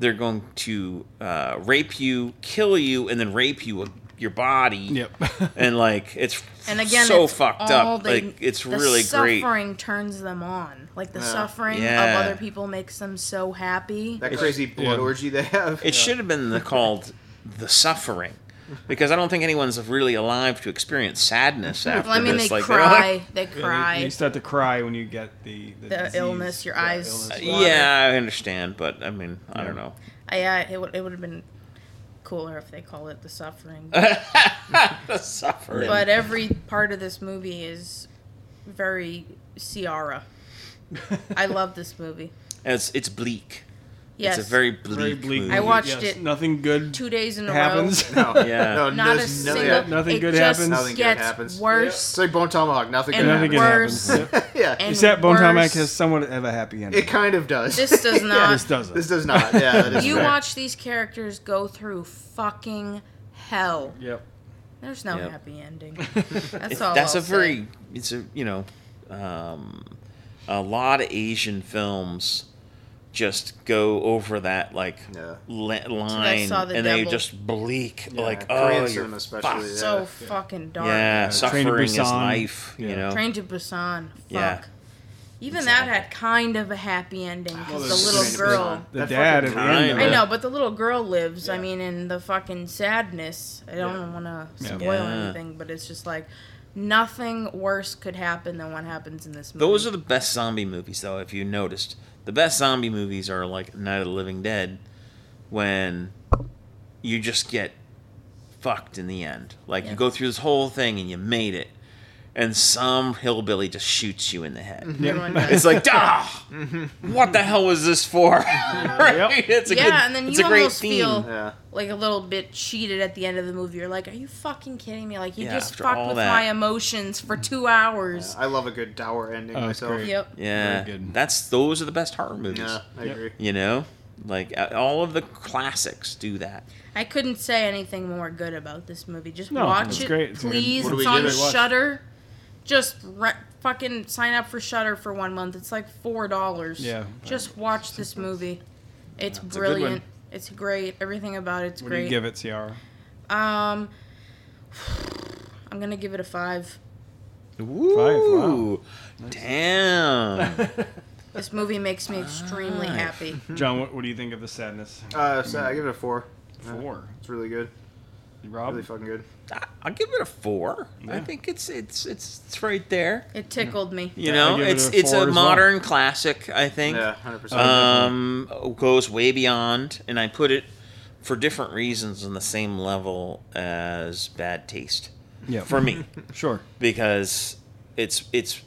E: they're going to uh, rape you, kill you, and then rape you with your body.
C: Yep.
E: and like it's
B: And again,
E: so
B: it's
E: fucked
B: all
E: up.
B: they-
E: like it's
B: the
E: really great.
B: Suffering turns them on. Like the
D: Yeah.
B: suffering
E: Yeah.
B: of other people makes them so happy.
D: That crazy blood
C: yeah.
D: orgy they have.
E: It should have been the, called the suffering, because I don't think anyone's really alive to experience sadness after
B: well, I mean,
E: this.
B: they
E: like, they're
B: cry. They
C: Yeah,
B: cry.
C: You, you start to cry when you get the the,
B: The
C: disease,
B: illness, your
C: the
B: eyes-
E: like-
C: illness.
E: "Uh, yeah, I understand, but I mean, I don't know.
B: I, yeah, it would it would have been cooler if they called it the suffering.
E: the suffering.
B: but every part of this movie is very Ciara. I love this movie.
E: it's it's bleak.
B: Yes,
E: It's a very bleak.
C: Very bleak.
E: movie.
B: I
C: movie,
B: watched
C: yes.
B: it
C: Nothing good
B: two days in a row.
C: happens.
D: No,
E: Yeah.
D: no,
B: Not a
D: there's no-
B: single.
D: yeah.
C: nothing
B: it
C: good
B: just
C: happens.
D: Nothing good
B: gets
D: happens. It's
B: Worse
D: like Bone Tomahawk. Nothing.
B: And
D: good
C: Nothing good
B: worse.
C: happens. Yep.
D: yeah,
B: and
C: Except Bone Tomahawk
B: worse.
C: has somewhat of a happy ending.
D: it kind of does.
B: This does
D: Yeah,
B: not.
C: this doesn't.
D: This does not. Yeah, that is
B: You
D: fair.
B: watch these characters go through fucking hell.
C: Yep.
B: There's no
E: Yep.
B: happy ending. That's all.
E: that's
B: I'll
E: a very it's a you know um, a lot of asian films just go over that like
D: Yeah.
E: le-
B: I
E: line
B: saw
E: and
B: the
E: they
B: devil.
E: just bleak
D: Yeah,
E: like
D: Korean
E: oh
D: cinema
E: you're
D: especially,
E: fucked.
B: say.
D: yeah.
B: So fucking dark.
E: yeah
C: Uh, Train to
E: suffering is
C: Busan.
E: life you
C: Yeah.
E: know
B: Train to Busan. Fuck.
E: Yeah.
B: Even
E: Exactly.
B: that had kind of a happy ending because
C: there's
B: the little
C: Train
D: Train to
B: girl.
D: Busan.
C: The
D: That
C: dad at
D: fucking
C: the
E: time,
C: end.
B: I
E: Yeah.
B: know, but the little girl lives. I
D: Yeah.
B: mean, in the fucking sadness. I don't want to
C: Yeah.
B: spoil
E: Yeah.
B: anything, but it's just like nothing worse could happen than what happens in this movie.
E: those are the best zombie movies though if you noticed the best zombie movies are like night of the living dead when you just get fucked in the end like
B: Yeah.
E: you go through this whole thing and you made it and some hillbilly just shoots you in the head
B: Everyone
C: Yeah.
B: does.
E: It's like, ah,
C: Mm-hmm.
E: what the hell was this for? right? It's a
B: Yeah,
E: good,
B: and then
E: it's
B: you
E: a great
B: almost
E: theme.
B: feel-
D: Yeah.
B: like a little bit cheated at the end of the movie. You're like, are you fucking kidding me? Like you
E: Yeah,
B: just
E: after
B: fucked
E: all
B: with
E: that.
B: my emotions for two hours.
D: I love a good dour ending
C: Oh, it's
D: myself.
C: great.
B: Yep.
E: Yeah,
C: Very good.
E: that's those are the best horror movies.
D: Yeah, I
C: Yep.
D: agree.
E: You know, like uh, all of the classics do that.
B: I couldn't say anything more good about this movie. Just
C: No,
B: watch
C: it's
B: it,
C: great. It's a good-
B: please.
D: What do
B: It's
D: we
B: on
D: give it? Watch.
B: Shutter. Just re- fucking sign up for Shutter for one month. It's like four dollars.
C: Yeah.
B: Just watch this movie. It's
E: a good one.
B: brilliant. It's great. Everything about it's
C: What do
B: great.
C: you give it, Ciara?
B: Um, I'm gonna give it a five.
E: Ooh, damn.
B: This movie makes me extremely
E: Five.
B: happy.
D: Hmm.
C: John, what, what do you think of the sadness?
D: Uh, so I give it a four.
C: Four.
D: It's really good.
C: Rob?
D: Really fucking good.
E: I- I'll give it a four. I
C: Yeah.
E: think it's it's it's it's right there.
B: It tickled me.
E: You
C: Yeah, I
E: know,
C: give it
E: it's
C: a
E: it's
C: four
E: a
C: as well.
E: modern classic. I think.
D: Yeah, hundred percent.
E: um, goes way beyond, and I put it for different reasons on the same level as bad taste
C: Yeah.
E: for me
C: sure.
E: because it's it's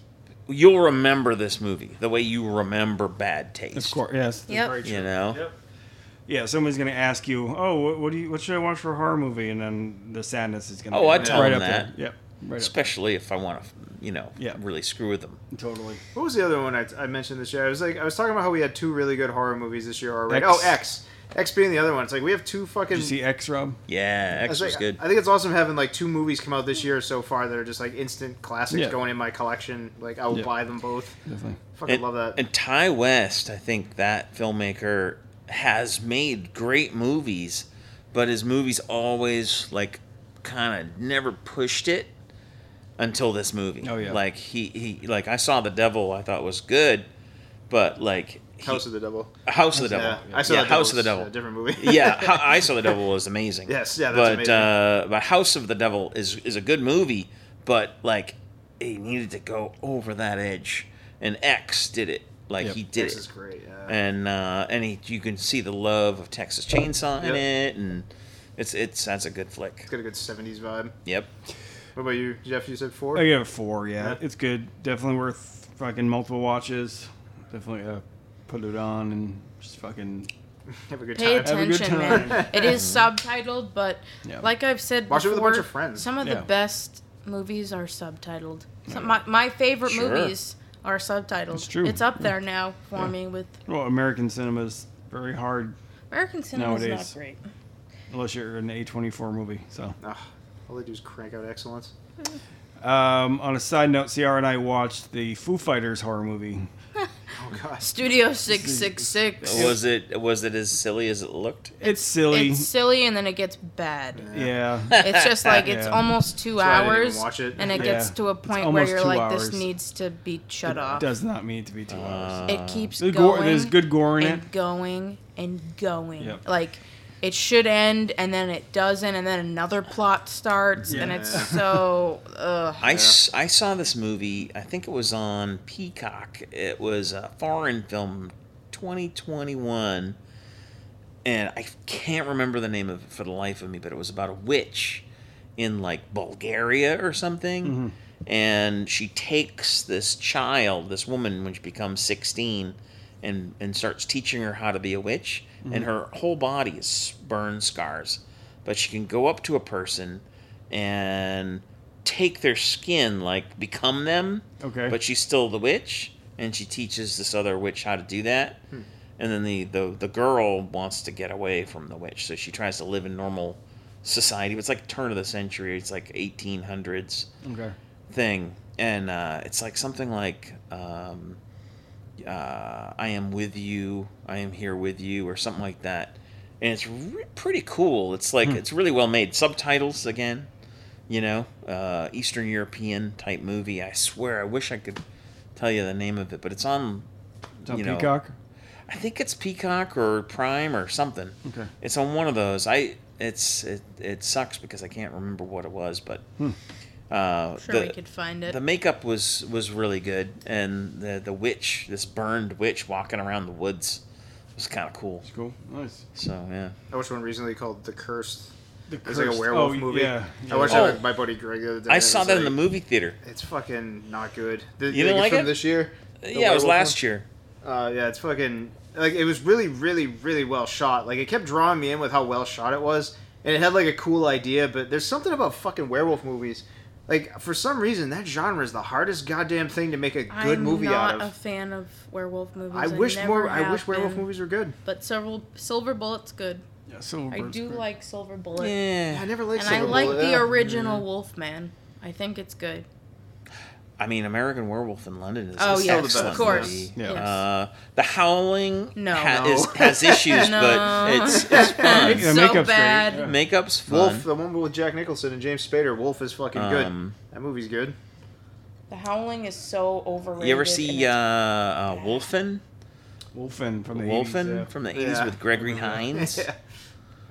E: you'll remember this movie the way you remember bad taste.
C: Of course. Yes.
B: Yep.
C: Very true.
E: you know.
C: Yep. Yeah, someone's gonna ask you, "Oh, what, what do you? What should I watch for a horror movie?" And then the sadness is gonna.
E: Oh,
C: be
E: I
C: right
E: tell 'em
C: up
E: that.
C: There. Yep, right up.
E: Especially if I want to, you know,
C: Yeah.
E: really screw with them.
C: Totally.
D: What was the other one I, I mentioned this year? I was like, I was talking about how we had two really good horror movies this year already.
C: X.
D: Oh, X. X being the other one. It's like we have two fucking.
C: Did you see X Rob?
E: Yeah,
D: I was
E: X was
D: like,
E: good.
D: I think it's awesome having like two movies come out this year so far that are just like instant classics
C: Yeah.
D: going in my collection. Like I will
C: Yeah.
D: buy them both.
C: Definitely.
D: Fucking love that.
E: And Ty West, I think that filmmaker has made great movies, but his movies always like kind of never pushed it until this movie.
C: Oh, yeah.
E: Like he, he like I saw The Devil, I thought was good, but like he-
D: House of the Devil.
E: House of the Devil.
D: Yeah, I saw
E: Yeah,
D: that
E: House of the
D: Devil's
E: Devil.
D: A different movie.
E: yeah, Ho- I saw the devil was amazing.
D: Yes, yeah, that's
E: but,
D: amazing.
E: Uh, but House of the Devil is is a good movie, but like it needed to go over that edge, and X did it. Like
C: Yep.
E: he did
D: This
E: it,
D: is great. Yeah.
E: and uh, and he, you can see the love of Texas Chainsaw in
D: Yep.
E: it, and it's it's that's a good flick.
D: It's got a good '70s vibe.
E: Yep.
D: What about you, Jeff? You said four.
C: I give it a four. Yeah,
D: Yeah.
C: it's good. Definitely worth fucking multiple watches. Definitely uh, put it on and just fucking
D: Have a good
B: Pay
D: time.
C: Have a good
B: attention,
C: time.
B: man. It is subtitled, but
C: Yeah.
B: like I've said
D: Watch it
B: before,
D: with a bunch of friends.
B: some of
C: Yeah.
B: the best movies are subtitled. Some, my, my favorite
E: Sure.
B: movies are subtitled.
C: It's true.
B: It's up there now for me with
C: well, American cinema's very hard
B: American cinema's
C: Nowadays.
B: not great.
C: unless you're an A24 movie. So,
D: Ugh, all they do is crank out excellence.
C: um, on a side note, Ciara and I watched the Foo Fighters horror movie.
D: Oh gosh.
B: Studio six six six.
E: Was it was it as silly as it looked?
C: It's silly.
B: It's silly and then it gets bad.
C: yeah.
B: It's just like it's
C: Yeah.
B: almost two
D: I didn't even
B: hours,
D: watch it.
B: and it
C: Yeah.
B: gets to a
C: It's
B: point where
C: almost
B: you're
C: two
B: like,
C: hours.
B: "This needs to be shut
C: It
B: off."
C: does not mean to be two hours.
B: it keeps
C: There's, gore,
B: Uh, going.
C: there's good gore in it.
B: and going and going.
C: Yep.
B: Like it should end and then it doesn't and then another plot starts and
C: Yeah.
B: it's so ugh.
E: I, s- I saw this movie. I think it was on Peacock. It was a foreign film, 2021, and I can't remember the name of it for the life of me. But it was about a witch in like Bulgaria or something, and she takes this child, this woman, when she becomes 16, and and starts teaching her how to be a witch. And her whole body is burn scars, but she can go up to a person and take their skin, like become them.
C: Okay.
E: But she's still the witch, and she teaches this other witch how to do that. And then the, the the girl wants to get away from the witch, so she tries to live in normal society. It's like turn of the century. It's like eighteen hundreds
C: Okay.
E: thing, and uh, it's like something like. Um, uh, I am with you, I am here with you, or something like that. And it's re- pretty cool. It's
C: Hmm.
E: like it's really well made. Subtitles again, you know, uh, Eastern European type movie. I swear, I wish I could tell you the name of it, but it's on.
C: It's on
E: you know,
C: Peacock.
E: I think it's Peacock or Prime or something.
C: Okay.
E: It's on one of those. I it's it, it sucks because I can't remember what it was, but
C: Hmm.
E: uh,
B: I'm sure
E: the-
B: we could find it.
E: the makeup was was really good, and the the witch, this burned witch walking around the woods, was kind of cool.
C: It's cool. Nice.
E: So yeah,
D: I watched one recently called The Cursed.
C: The
D: It's like a
C: Cursed-
D: werewolf
C: oh,
D: movie.
C: Yeah.
D: I watched
E: Oh.
D: that with my buddy Greg the other day.
E: I
D: and it
E: saw
D: was
E: that in the
D: like,
E: movie theater.
D: It's fucking not good. The,
E: You didn't
D: it's
E: like
D: from
E: it?
D: this year. The
E: yeah, it was
D: werewolf
E: last year.
D: one? Uh, yeah, it's fucking like it was really, really, really well shot. Like it kept drawing me in with how well shot it was, and it had like a cool idea. But there's something about fucking werewolf movies. Like for some reason, that genre is the hardest goddamn thing to make a good
B: I'm
D: movie
B: not
D: out
B: a
D: of.
B: fan of werewolf movies.
D: I wish
B: never
D: more. I
B: have
D: wish werewolf
B: been.
D: movies were good.
B: But several Silver Bullet's good.
C: Yeah, Silver
B: I
C: Bird's
B: do
C: great.
B: like Silver Bullet,
D: I
E: Yeah,
D: never liked.
B: and I
D: Silver
B: like
D: Bullet,
B: the
D: yeah.
B: original Wolfman. I think it's good.
E: I mean, American Werewolf in London is
B: Oh,
E: an
B: yes,
D: of
E: excellent
B: course.
E: movie.
C: Yeah.
B: Yes.
E: Uh, the Howling
B: No.
E: ha-
D: No.
E: Is, has issues,
B: No.
E: but it's, it's fun.
B: It's
C: Yeah,
B: so
C: makeup's great.
B: bad.
C: Yeah.
E: Makeup's fun.
D: Wolf, the one with Jack Nicholson and James Spader. Wolf is fucking
E: Um,
D: good. That movie's good.
B: The Howling is so overrated.
E: You ever
B: and
E: see
B: it's-
E: uh, uh, Wolfen?
C: Wolfen from the
E: Wolfen
C: 80s, yeah.
E: from the 80s
D: Yeah.
E: with Gregory Hines?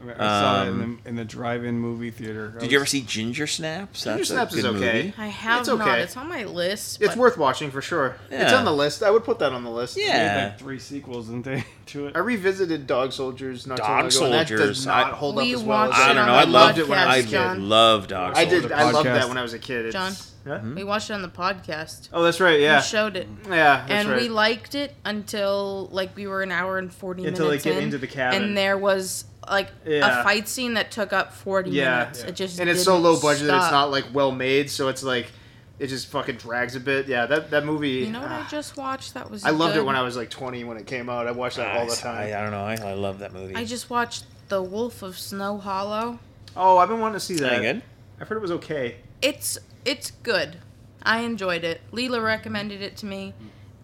C: I mean, I saw that in the, in the drive-in movie theater. I
E: um, Did you ever
C: was-
E: see Ginger Snaps?
D: Ginger
E: That's a
D: Snaps is
E: good
D: okay.
E: movie.
B: I have
D: It's
B: not.
D: okay.
B: It's on my list.
D: It's
B: but
D: worth watching for sure. It's
E: Yeah.
D: on the list. I would put that on the list.
C: They made
E: Yeah.
C: like three sequels, didn't they? To it.
D: I revisited Dog Soldiers not
E: Dog
D: too long ago, and that
E: Soldiers,
D: does not
E: I-
D: hold
B: We
D: up as well.
B: watched
D: as
E: I
B: it
E: don't
B: on
E: know.
B: the
E: I loved
B: podcast,
E: it when I
B: did. John.
E: love Dog
D: I
E: Soldiers.
D: did. I loved
C: Podcast.
D: that when I was a kid. It's,
B: John.
D: Huh?
B: We watched it on the podcast.
D: Oh, that's right. Yeah,
B: We showed it.
D: yeah, that's
B: and
D: right.
B: we liked it until like we were an hour and 40
D: Until they
B: minutes
D: get
B: in,
D: into the cabin.
B: and there was like
D: Yeah.
B: a fight scene that took up 40
D: Yeah.
B: minutes it just
D: and it's so low
B: didn't
D: budget that it's
B: stop.
D: not like well made, so it's like it just fucking drags a bit. Yeah, that that movie.
B: you know what
D: ah,
B: i just watched that was
D: I loved
B: good?
D: it when I was like 20 when it came out. I watched that all the time.
E: I, uh, I don't know. I, I love that movie.
B: i just watched the wolf of snow hollow
D: Oh, I've been wanting to see
E: Is
D: that.
E: that good?
D: I've heard it was okay.
B: it's it's good i enjoyed it leela recommended it to me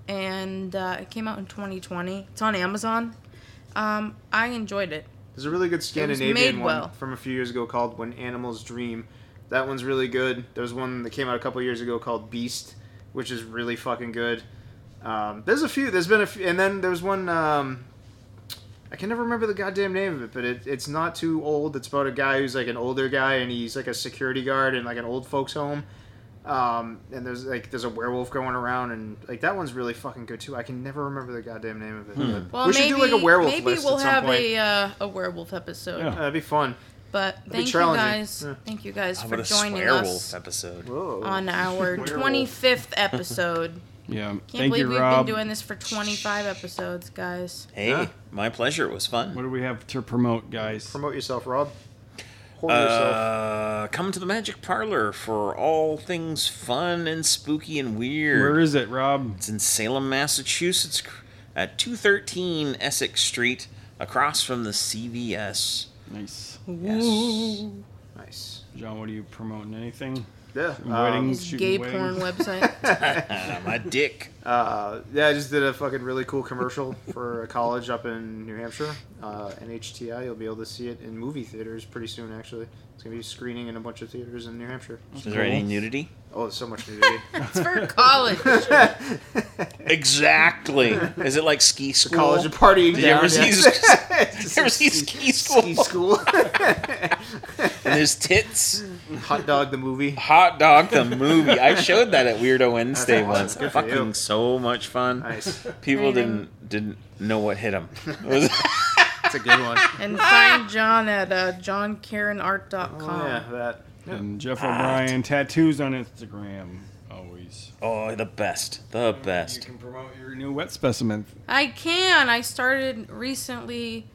B: and uh, it came out in 2020 it's on amazon um, i enjoyed it
D: There's a really good
B: made
D: Scandinavian one
B: well.
D: from a few years ago called When Animals Dream. That one's really good. There was one that came out a couple years ago called Beast, which is really fucking good. Um, there's a few. There's been a few, and then there's one. Um, I can never remember the goddamn name of it, but it, it's not too old. It's about a guy who's like an older guy, and he's like a security guard in like an old folks home. Um, and there's like there's a werewolf going around, and like that one's really fucking good too. I can never remember the goddamn name of it. but
B: well
D: we
B: maybe,
D: should do like a werewolf
B: maybe
D: list
B: we'll
D: at some
B: have
D: point.
B: a, uh, a werewolf episode
C: Yeah.
D: Uh, that'd be fun.
B: But thank you
D: challenging.
B: guys.
D: Yeah.
B: Thank you guys
E: How
B: for
E: about a
B: joining
E: Swearwolf
B: us
E: episode?
D: Whoa.
B: on our
C: Werewolf.
B: 25th episode.
C: Yeah.
B: Can't
C: Thank
B: believe
C: you,
B: we've
C: Rob.
B: been doing this for 25 episodes, guys.
E: Hey,
D: Yeah.
E: my pleasure. It was fun.
C: What do we have to promote, guys?
D: Promote yourself, Rob. Whore yourself.
E: Uh, come to the Magic Parlor for all things fun and spooky and weird.
C: Where is it, Rob?
E: It's in Salem, Massachusetts, cr- at 213 Essex Street, across from the CVS.
C: Nice.
E: Yes.
D: Nice.
C: John, what are you promoting? Anything?
D: Yeah. Um,
C: Weddings,
B: His
C: shooting
B: gay
C: weddings?
B: porn website.
E: Ah, my dick.
D: Uh, yeah, I just did a fucking really cool commercial for a college up in New Hampshire, uh, NHTI. You'll be able to see it in movie theaters pretty soon. Actually, it's gonna be screening in a bunch of theaters in New Hampshire.
E: Is there any nudity?
D: Oh, there's so much nudity.
B: it's for college.
E: Exactly. Is it like ski school?
D: college and partying.
E: you ever
D: down,
E: see-
D: yeah.
E: You ever see ski school?
D: Ski school.
E: And there's tits.
D: Hot dog the movie.
E: Hot Dog the movie. I showed that at Weirdo Wednesday
D: That's awesome.
E: once.
D: Good for
E: Fucking
D: you.
E: so much fun.
D: Nice.
E: People
B: Amazing.
E: didn't didn't know what hit them. It was
D: That's a good one.
B: and find John at uh, johnkarenart.com.
D: Oh, yeah, that.
C: And Jeff
B: Uh,
C: O'Brien tattoos on Instagram. Always.
E: oh the best, the
C: You
E: best.
C: can promote your new wet specimen.
B: I can. I started recently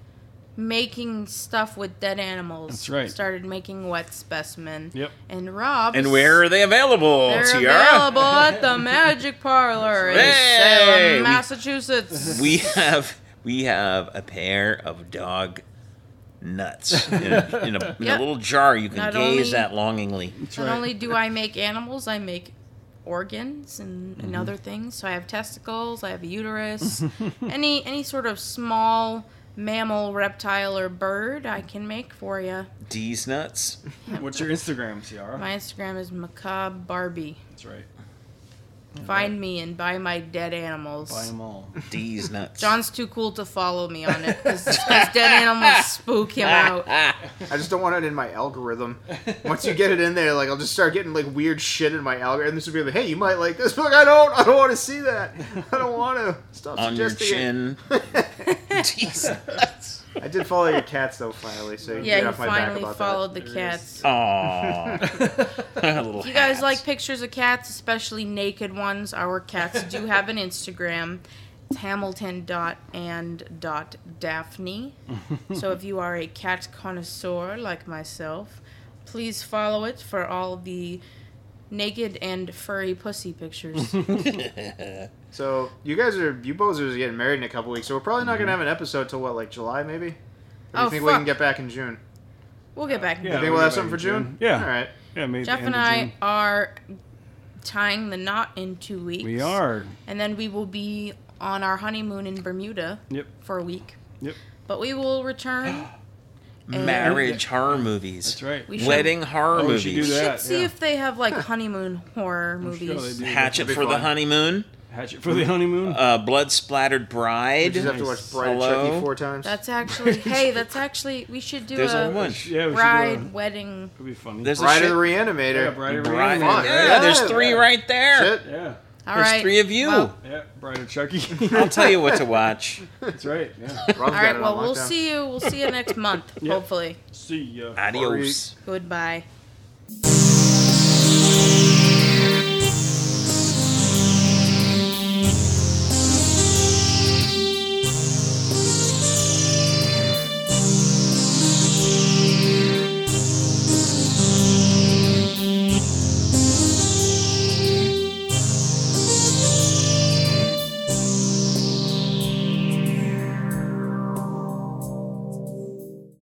B: making stuff with dead animals.
C: That's right.
B: Started making wet specimen.
C: Yep.
B: And Rob.
E: And where are they available?
B: They're
E: Tiara.
B: available at the Magic Parlor in
E: Hey!
B: Salem, Massachusetts.
E: We have we have a pair of dog nuts in a, in a, in
B: Yep.
E: a little jar you can
B: Not
E: gaze
B: only-
E: at longingly.
B: Not
C: right.
B: only do I make animals, I make organs and, and other things. So I have testicles, I have a uterus, any any sort of small mammal, reptile, or bird I can make for you.
E: D's nuts.
C: What's your Instagram, Ciara?
B: My Instagram is macabre Barbie.
C: That's right.
B: Find me and buy my dead animals.
C: Buy them all.
E: D's nuts.
B: John's too cool to follow me on it because dead animals spook him
E: Ah.
B: out.
D: I just don't want it in my algorithm. Once you get it in there, like I'll just start getting like weird shit in my algorithm. This would be like, hey, you might like this book. I don't. I don't want to see that. I don't want to. Stop
E: on your
D: suggesting
E: chin. D's nuts.
D: it. I did follow your cats though, finally. So you can
B: Yeah,
D: get
B: you
D: off my back
B: finally
D: about
B: followed the
C: There it
B: cats.
C: is.
E: Aww. Little
B: If you guys
E: hats.
B: like pictures of cats, especially naked ones, our cats do have an Instagram. It's Hamilton dot and dot Daphne. so if you are a cat connoisseur like myself, please follow it for all the naked and furry pussy pictures.
D: that. So you guys are you bozos are getting married in a couple weeks. So we're probably not gonna have
E: Mm-hmm.
D: an episode till what, like July maybe. Or do you
B: Oh,
D: think we can
B: fuck.
D: get back in June?
B: we'll get back.
C: Yeah,
D: You think
C: we'll
D: we'll have
C: get
D: something
C: back
D: for
C: in
D: June?
C: June. Yeah.
D: All right.
C: Yeah, maybe
B: Jeff
C: the
B: and
C: end of
B: I
C: June.
B: are tying the knot in two weeks.
C: We are.
B: And then we will be on our honeymoon in Bermuda
C: Yep.
B: for a week.
C: Yep.
B: But we will return. and
E: marriage horror movies.
C: That's right.
B: We should-
E: Wedding horror
C: Oh, we should
E: movies.
C: do
B: We
C: that,
B: should see
C: yeah.
B: if they have like honeymoon horror movies.
C: sure they do.
E: Hatchet
D: That'd be
E: for the
D: fun.
E: honeymoon.
C: Hatchet for the honeymoon.
E: Uh, Blood Splattered
D: You
E: Bride.
D: just have to watch
C: Nice.
D: Bride and
E: Hello?
D: Chucky four times.
B: That's actually hey, that's actually we should do
E: There's a whole
B: a
E: bunch.
C: yeah, we should do
B: bride
C: that.
B: wedding.
C: That'd be funny.
E: There's
D: Bride of
E: shit-
D: the Reanimator.
C: yeah, bride of
E: Bride.
C: Reanimator.
E: Yeah,
D: Yeah,
E: there's
D: yeah.
E: three right there.
D: Shit.
C: Yeah,
B: All
E: There's
B: right,
E: three of you.
B: Well,
C: yeah, bride of Chucky.
E: I'll tell you what to watch.
C: That's right. Yeah.
D: Rob's
B: all
D: got it
B: right.
D: on
B: Well, we'll
D: lockdown.
B: see you. We'll see you next month,
C: Yeah.
B: hopefully.
C: See ya.
E: Adios.
B: Goodbye.